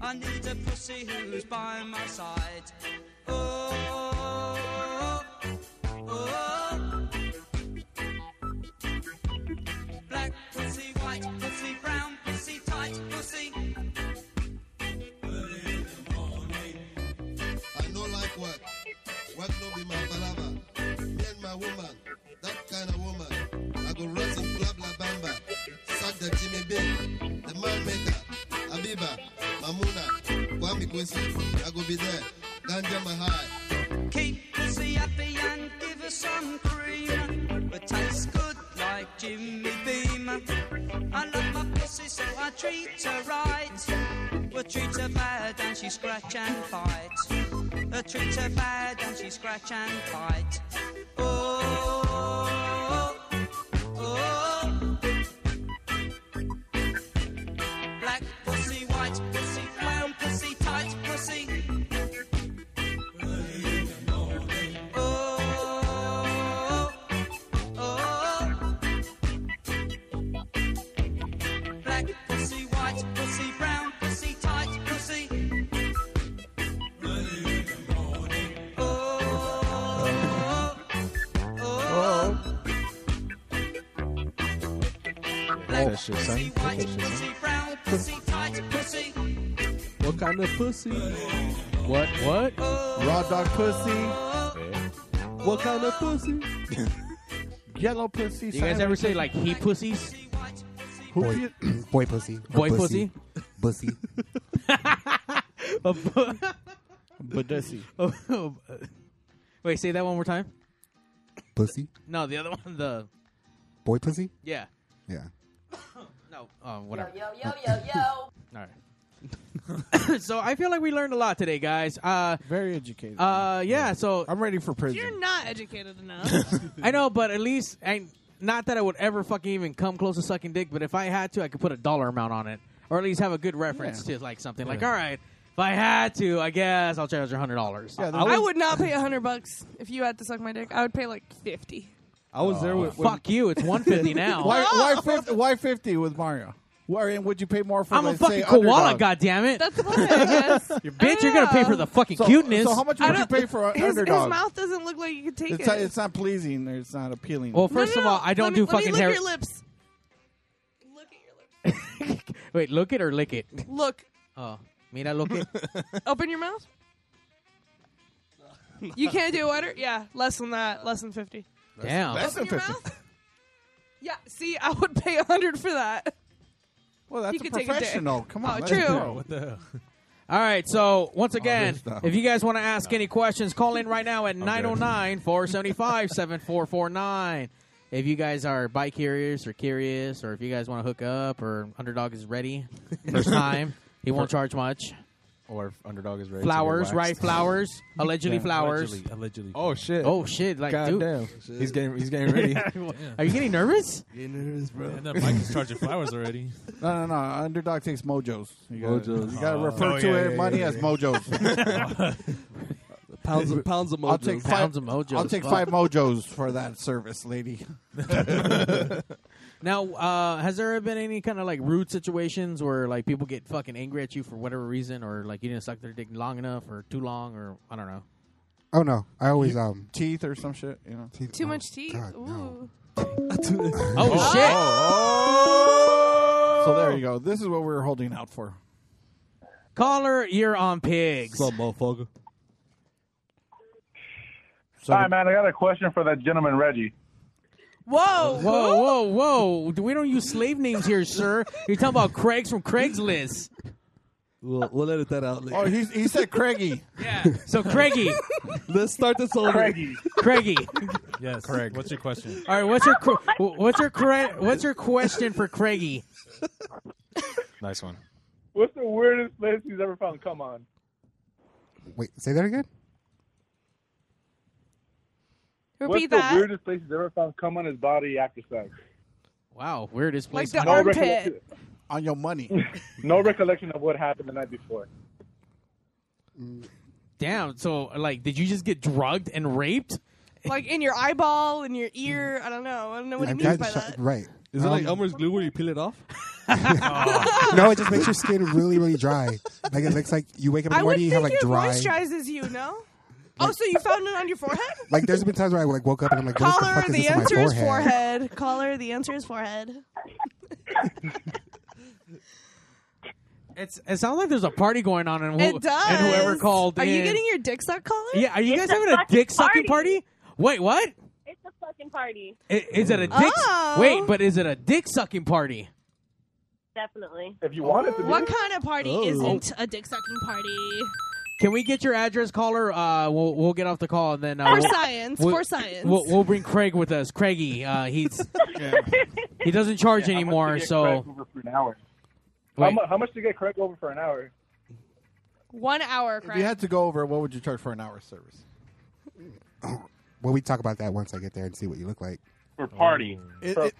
I: I need a pussy who's by my side. Oh, oh. Black pussy, white pussy, brown pussy, tight pussy.
Q: I no like work. Work no be my palava. Me and my woman, that kind of woman. I go run some blah blah bamba. Sack the Jimmy Bing, the man maker, Abiba, Mamuna, Kwame Kwesi. I go be there. Ganja my high.
I: Keep pussy happy and give her some cream. But tastes good like Jimmy Beam. I love my pussy, so I treat her right. But treat her bad and she scratch and fight. I treat her bad and she scratch and fight. Oh, oh. Black pussy, white pussy, brown pussy, tight pussy. Oh, oh. Black pussy, white pussy, brown pussy, tight pussy.
H: black.
A: that shit, son. Fuck that shit, son.
I: brown, pussy tight, pussy.
G: What kind of pussy?
C: What? What?
B: Raw dog pussy.
G: What kind of pussy?
B: Yellow pussy.
C: You guys ever say like he pussies?
J: Boy, boy pussy. or
C: Boy pussy?
J: Pussy.
C: A bu-
B: Badussy.
C: Oh, Wait, say that one more time.
J: Pussy.
C: No, the other one. The
J: Boy pussy?
C: yeah.
J: Yeah.
C: No, uh, whatever. Yo yo yo yo. All right. so I feel like we learned a lot today, guys. Uh,
B: Very educated.
C: uh, yeah. So
B: I'm ready for prison.
H: You're not educated enough.
C: I know, but at least I not that I would ever fucking even come close to sucking dick, but if I had to, I could put a dollar amount on it, or at least have a good reference
H: Yeah.
C: to like something. Like,
H: Yeah.
C: all right, if I had to, I guess I'll charge a hundred dollars.
H: I, would, not pay a hundred bucks if you had to suck my dick. I would pay like fifty.
G: I was
H: Oh.
G: there with.
C: Fuck you! It's one fifty now.
B: why, why, 50, why 50 with Mario? Why and would you pay more for?
C: I'm a
B: let's
C: fucking
B: say,
C: koala,
B: underdog?
C: goddammit. That's
H: what I guess.
C: Bitch, you're gonna pay for the fucking
B: So-
C: cuteness.
B: So how much
H: I
B: would you
H: don't-
B: pay for an
H: his, his
B: underdog?
H: mouth doesn't look like you could take
B: it's,
H: it.
B: not, it's not pleasing. Or it's not appealing.
C: Well, first
H: No, no,
C: of all,
H: no.
C: I don't
H: Let
C: do
H: me,
C: fucking
H: let me
C: hair.
H: lick your lips.
C: Wait, look it or lick it.
H: Look,
C: Oh, mira, look it.
H: open your mouth. You can't do water. Yeah, less than that. Less than fifty.
C: Damn.
B: Less than
H: Open your
B: 50.
H: Yeah. See, I would pay a hundred for that.
B: Well, that's
H: you
B: a
H: could take a dick.
B: professional. Come on,
H: Oh,
B: let's
H: true.
B: go.
O: What the hell?
C: All right, so once again,
O: this stuff.
C: if you guys want to ask any questions, call in right now at 909 475 7449. If you guys are bi curious or curious, or if you guys want to hook up, or Underdog is ready, first time, he won't charge much.
A: Or if underdog is ready.
C: Flowers,
A: to get
C: right?
A: waxed.
C: Flowers, allegedly
A: Yeah.
C: flowers.
A: Allegedly,
O: allegedly.
A: Oh shit!
C: Oh shit! Like,
A: God
C: dude,
A: damn. he's getting he's getting ready.
C: Are you getting nervous?
G: Getting nervous, bro.
O: And that Mike is charging flowers already.
B: No, no, no. Underdog takes mojos. You gotta,
G: Mojos.
B: You got to
O: Oh.
B: refer
O: Oh,
B: to
O: yeah,
B: it
O: yeah,
B: money
O: yeah,
B: as
O: yeah.
B: mojos.
G: Pounds of, pounds of mojo.
B: I'll take five,
C: Pounds of mojos.
B: I'll take
C: Fuck.
B: five mojos for that service, lady.
C: Now, uh, has there been any kind of like rude situations where like people get fucking angry at you for whatever reason, or like you didn't suck their dick long enough, or too long, or I don't know?
J: Oh no. I always um
B: teeth or some shit. You know.
I: Oh,
H: Too much teeth. Ooh.
C: Oh,
B: Oh,
C: shit! Oh.
B: So there you go. This is what we were holding out for.
C: Caller, you're on pigs.
G: Some motherfucker.
R: Hi, man. I got a question for that gentleman, Reggie.
H: Whoa!
C: Whoa! Whoa! Whoa! We don't use slave names here, sir. You're talking about Craig's from Craigslist.
G: We'll, we'll edit that out
B: Oh,
G: later.
B: he's, he said Craigie.
C: Yeah. So Craigie,
G: Let's start this over.
R: Craigie.
C: Craigie.
O: Yes.
A: Craig.
O: What's your question?
C: All right. What's your cr- what's your cra- what's your question for Craigie?
A: nice one.
R: What's the weirdest place he's ever found? Come on.
J: Wait, say that again?
H: Repeat
R: What's
H: that.
R: the weirdest place he's ever found? Come on his body after sex.
C: Wow, weirdest
H: Like
C: place.
H: the
R: No
H: armpit.
R: recollection.
B: On your money.
R: No recollection of what happened the night before.
C: Damn. So like, did you just get drugged and raped?
H: like in your eyeball, in your ear. I don't know. I don't know what he
J: I've
H: means
J: got
H: by
J: shot-
H: that.
J: Right.
G: Is it
J: Um,
G: like Elmer's glue where you peel it off?
C: Oh.
J: no, it just makes your skin really, really dry. Like it looks like you wake up in
H: I
J: the
H: would
J: morning,
H: think
J: you have like
H: it
J: dry.
H: moisturizes you, no? oh, so you found it on your forehead?
J: Like there's been times where I like woke up and I'm like, what the
H: Caller,
J: fuck is
H: the
J: this on my
H: answer is
J: forehead?
H: forehead. Caller, the answer is forehead.
C: It's, it sounds like there's a party going on, and, who,
H: it does.
C: and whoever called
H: Are
C: in.
H: you getting your dick sucked, caller?
C: Yeah, are you
S: It's
C: guys
S: a
C: having a
S: fucking
C: dick sucking
S: party.
C: party? Wait, what?
S: It's a fucking party.
C: I- Is it a dick?
H: Oh.
C: Wait, but is it a dick sucking party?
S: Definitely.
R: If you wanted to be.
H: What kind of party
C: Oh.
H: isn't a dick sucking party?
C: Can we get your address, caller? Uh, we'll we'll get off the call and then uh,
H: For
C: we'll,
H: science, for science.
C: We'll, we'll bring Craig with us. Craigie, uh, he's he doesn't charge
R: Yeah, how much
C: anymore,
R: to get
C: so
R: Craig over for an hour. How,
C: Wait.
R: mu- how much to get Craig over for an hour?
H: One hour,
B: If you
H: Craig.
B: had to go over, what would you charge for an hour service?
J: Well, we talk about that once I get there and see what you look like.
R: For party.
B: It-
R: for,
B: it-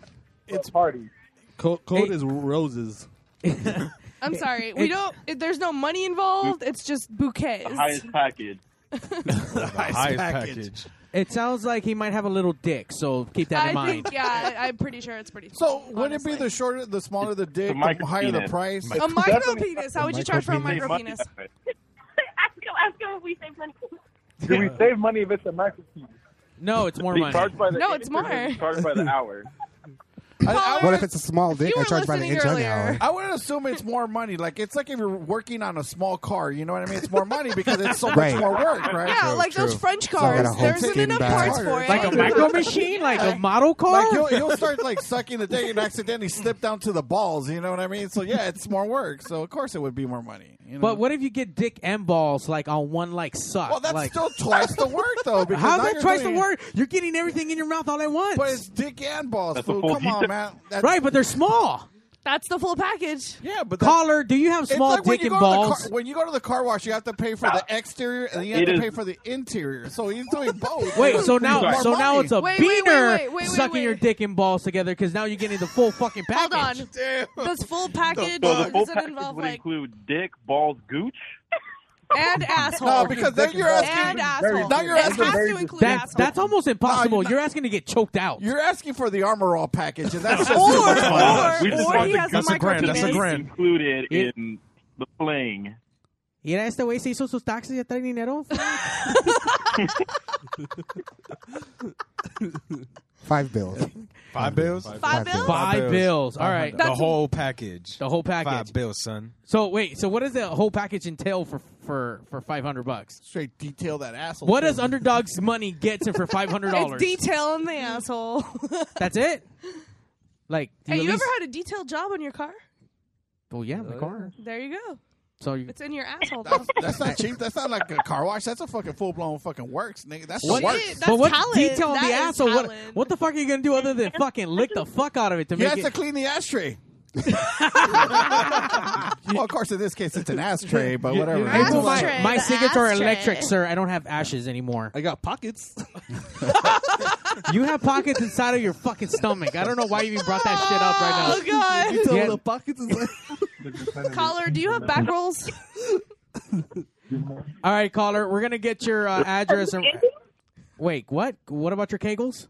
R: it's party.
G: Co- code is roses.
H: I'm sorry. We
G: It-
H: don't. It, there's no money involved. It's just bouquets.
R: package.
A: The highest package.
C: it sounds like he might have a little dick. So keep that
H: I
C: in mind.
H: think, yeah, I, I'm pretty sure it's pretty.
B: So would it be the shorter, the smaller the dick, the,
R: micro
B: higher the
R: penis.
B: price?
H: A micro penis. How would you charge for a micro penis?
S: ask him. Ask him if we save money.
R: Do we save money if it's a micro penis?
C: No, it's more
R: Be
C: money.
R: charged by the
H: No, it's
R: or
H: more.
R: be Charged by the hour.
B: I- I
J: what
B: would-
J: if it's a small dick? I charge by the inch on the hour.
B: I would assume it's more money. Like it's like if you're working on a small car, you know what I mean? It's more money because it's so
J: Right.
B: much more work, right?
H: Yeah, True, like those true. French Someone cars, got a whole there isn't skin enough back. parts for it.
C: Like a micro machine, like a model car.
B: Like you'll, you'll start like sucking the dick and accidentally slip down to the balls. You know what I mean? So yeah, it's more work. So of course it would be more money. You know?
C: But what if you get dick and balls like on one like suck?
B: well, that's
C: like,
B: still twice the work though. Because
C: How's
B: now
C: that
B: you're
C: twice the
B: doing-
C: word? You're getting everything in your mouth all at once. But it's
B: dick and balls, fool. Come on, man. That's-
C: right, but they're small.
H: That's the full package.
B: Yeah, but
C: Caller, do you have
B: It's
C: small
B: like when
C: dick
B: you
C: and
B: go to the
C: balls?
B: Car, when you go to the car wash, you have to pay for the exterior and you have
C: Ah. It
B: to
C: is-
B: pay for the interior. So he's doing both.
C: Wait, so now,
B: More
C: so now
B: money.
C: it's a
H: wait, wait,
C: beaner
H: wait, wait, wait,
C: sucking your dick and balls together because now you're getting the full fucking package.
H: Hold on. Does full package
C: full- the full
H: does it
C: package
H: involve
C: would
H: like
R: Include dick, balls, gooch.
H: and asshole?
B: No, because then you're asking.
H: and asshole.
B: Now you're
H: it
B: asking.
H: has to include
C: That's
H: asshole.
C: that's almost impossible. you're asking to get choked out.
B: You're asking for the armor all package, and that's just
C: Or-
B: too much
C: or-
B: money.
C: We just or want he the has a gooch. micro penis.
R: Included in the fling.
C: Y era este güey se hizo sus taxes y ya trae dinero.
J: Five bills.
A: Five bills? Five,
C: bills? Five bills. All right.
A: The
C: That's-
A: whole package.
C: The whole package.
A: Five bills, son.
C: so wait, so what does the whole package entail for for for five hundred bucks?
B: Straight detail that asshole.
C: What does Underdog's money get to for five hundred
H: It's
C: dollars?
H: detail in the asshole.
C: That's it. Like, do
H: hey,
C: at
H: you
C: least-
H: ever had a detailed job on your car?
C: Well, yeah, my car.
H: There you go.
C: So you,
H: It's in your asshole.
B: That's,
H: though.
B: that's not cheap. That's not like a car wash. That's a fucking full blown fucking works, nigga. That's the
C: What-
B: works.
C: but what detail in
H: That
C: the
H: is
C: asshole? What, what the fuck are you gonna do other than fucking lick the fuck out of it to
B: He
C: make
B: has
C: it?
B: to clean the ashtray. well, of course, in this case, it's an ashtray, but
C: You-
B: whatever.
C: you- Hey, well, my my
H: the
C: cigarettes are
H: ashtray.
C: electric, sir. I don't have ashes anymore.
G: I got pockets.
C: you have pockets inside of your fucking stomach. I don't know why you even brought that shit up
H: Oh
C: right now.
H: god.
C: You told Yeah. the
G: pockets
H: Caller, do you have back rolls?
C: All right, caller, we're gonna get your uh, address. And... Wait, what? What about your kegels?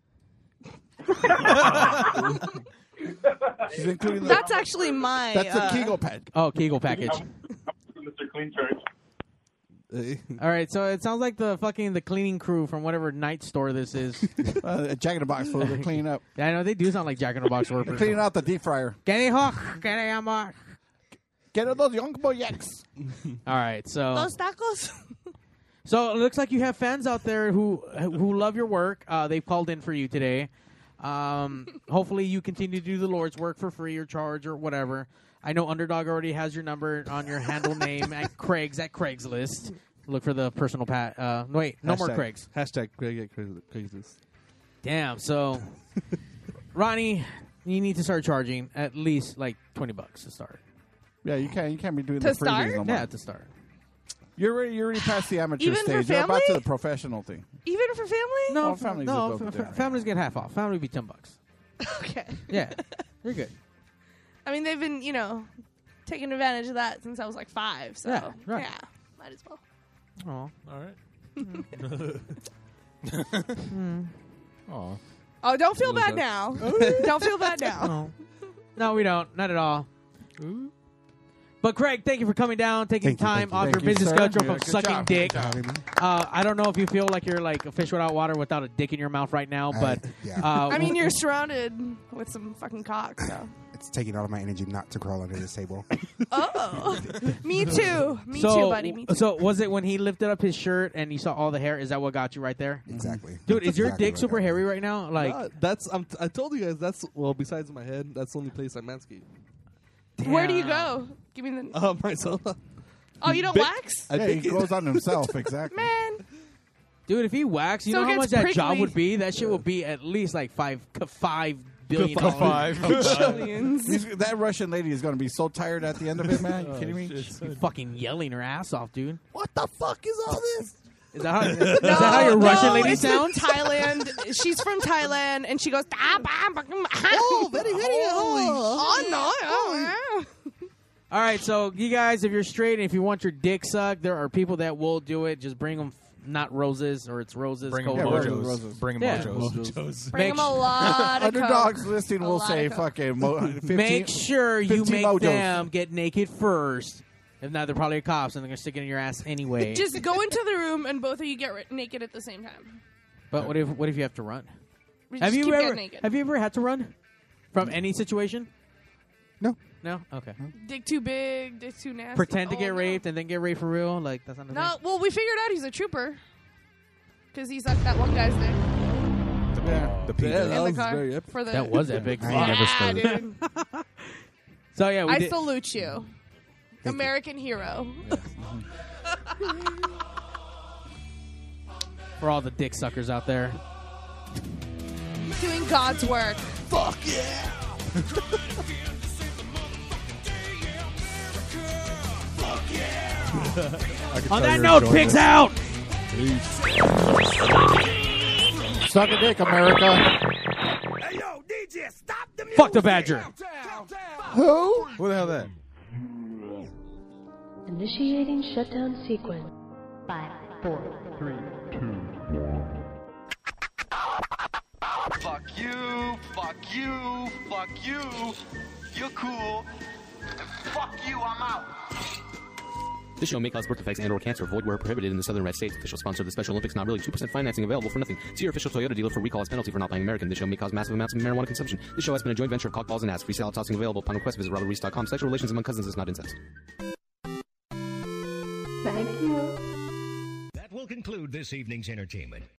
B: She's including the,
H: That's actually my.
B: that's
H: uh,
B: a Kegel pack.
C: Oh, kegel package.
R: Mr. Clean Charge.
C: All right, so it sounds like the fucking the cleaning crew from whatever night store this is.
B: Uh, Jack in the Box for the clean up.
C: I know they do sound like Jack in the Box
B: They're
C: workers.
B: cleaning out the deep fryer.
C: Get it, Hawk. Get it, Yama.
B: Get those young boy yaks.
C: All right, so
H: Those tacos.
C: so it looks like you have fans out there who who love your work. Uh, they've called in for you today. Um, hopefully, you continue to do the Lord's work for free or charge or whatever. I know Underdog already has your number on your handle name at Craig's at Craigslist. Look for the personal pat. Uh, no, wait, no more
G: Hashtag-
C: Craig's.
G: Hashtag Craig at Craigslist- Craigslist.
C: Damn. So, Ronnie, you need to start charging at least like twenty bucks to start.
B: Yeah, you can't. You can't be doing
H: To
B: the free
H: start?
B: No more.
C: Yeah, to start.
B: You're already, you're already past the amateur
H: Even for
B: stage. You're about to
H: family?
B: the professional thing.
H: Even for family?
C: No,
B: All families
C: no,
B: above
C: fa-
B: the
C: fa-
B: dinner.
C: families get half off. Family would be ten bucks.
H: Okay.
C: Yeah, you're good.
H: I mean, they've been, you know, taking advantage of that since I was like five. So
C: Yeah, right.
H: yeah, might as well.
C: Oh, all
O: right.
A: Oh,
H: Oh, don't feel
C: Little
H: bad
C: bit.
H: now. don't feel bad now.
C: No. no, we don't. Not at all. But Craig, thank you for coming down, taking
J: Thank you,
C: time
J: thank you,
C: off
J: thank
C: your
J: you,
C: busy
J: sir.
C: schedule
J: Yeah,
C: from
J: good
C: sucking
J: job.
C: dick.
J: Good job, baby.
C: Uh, I don't know if you feel like you're like a fish without water without a dick in your mouth right now, but
J: yeah.
C: uh,
H: I mean, you're surrounded with some fucking cock. So
J: It's taking all of my energy not to crawl under this table.
H: oh, me too. Me
C: so,
H: too, buddy. Me too.
C: So was it when he lifted up his shirt and you saw all the hair? Is that what got you right there?
J: Exactly.
C: Dude, is your
J: Exactly
C: dick
J: what
C: super hairy right now? Like,
G: Nah, that's I'm, I told you guys that's well besides my head that's the only place I manscape.
H: Where do you go? Give me the.
G: Uh, myself.
H: oh, you don't
G: big-
H: wax,
G: I
B: yeah,
G: think
B: he
G: it-
B: grows on himself exactly.
H: man.
C: dude, if he waxed, you
H: So
C: know
H: it
C: how
H: gets
C: much that job
H: prickly.
C: would be? That shit would be at least like five, k- five billion
A: Five.
C: dollars.
B: He's, that Russian lady is going to be so tired at the end of it, man.
C: Oh,
B: You kidding me?
C: You fucking yelling her ass off, dude.
B: What the fuck is all this?
C: Is that how, is that how your Russian
H: no,
C: lady
H: it's in
C: sounds?
H: Thailand. She's from Thailand, and she goes. "Ah, bah, bah, bah, ah."
G: Oh, very very
H: Oh, no. oh,
C: All right, so you guys, if you're straight and if you want your dick sucked, there are people that will do it. Just bring them, not roses, or it's roses.
A: Bring 'em
C: cold
A: Yeah,
C: roses.
A: mojos. Bring 'em
C: Yeah.
A: mojos.
C: Mojos.
H: Bring
C: Make
H: him a lot of
B: Underdogs
H: coke.
B: listing
H: A
B: will
H: lot
B: say
H: of coke.
B: fucking mo- 15,
C: make sure you
B: 15
C: make
B: mojos.
C: them get naked first. If not, they're probably cops and they're gonna stick it in your ass anyway.
H: Just go into the room and both of you get ri- naked at the same time.
C: but what if what if you have to run?
H: We
C: have
H: just
C: you
H: keep
C: ever
H: getting naked.
C: have you ever had to run From any situation?
T: No.
C: No? Okay.
H: Dick too big, dick too nasty.
C: Pretend to
H: Oh,
C: get
H: no.
C: raped and then get raped for real? Like, that's not the
H: No, well, we figured out he's a trooper because he sucked that one guy's dick.
U: The
C: thing.
H: in the car for the
C: That was epic.
H: Yeah, Ah, dude.
C: So, yeah, we
H: I
C: did.
H: salute you, American hero.
C: for all the dick suckers out there.
H: Doing God's work. Fuck yeah!
C: On that note, pigs out!
I: Suck a dick, America.
C: Fuck the badger.
I: Who?
U: Who the hell that?
K: Initiating shutdown sequence. Five, four, three, two, one.
B: Fuck you, fuck you, fuck you. You're cool. Fuck you, I'm out.
V: This show may cause birth defects and/or cancer. Void where prohibited in the southern Red States. Official sponsor of the Special Olympics. Not really. Two percent financing available for nothing. See your official Toyota dealer for recall as penalty for not buying American. This show may cause massive amounts of marijuana consumption. This show has been a joint venture of cockballs and ass. Free salad tossing available upon request. Visit robertreese.com. Sexual relations among cousins is not incest.
K: Thank you.
E: That will conclude this evening's entertainment.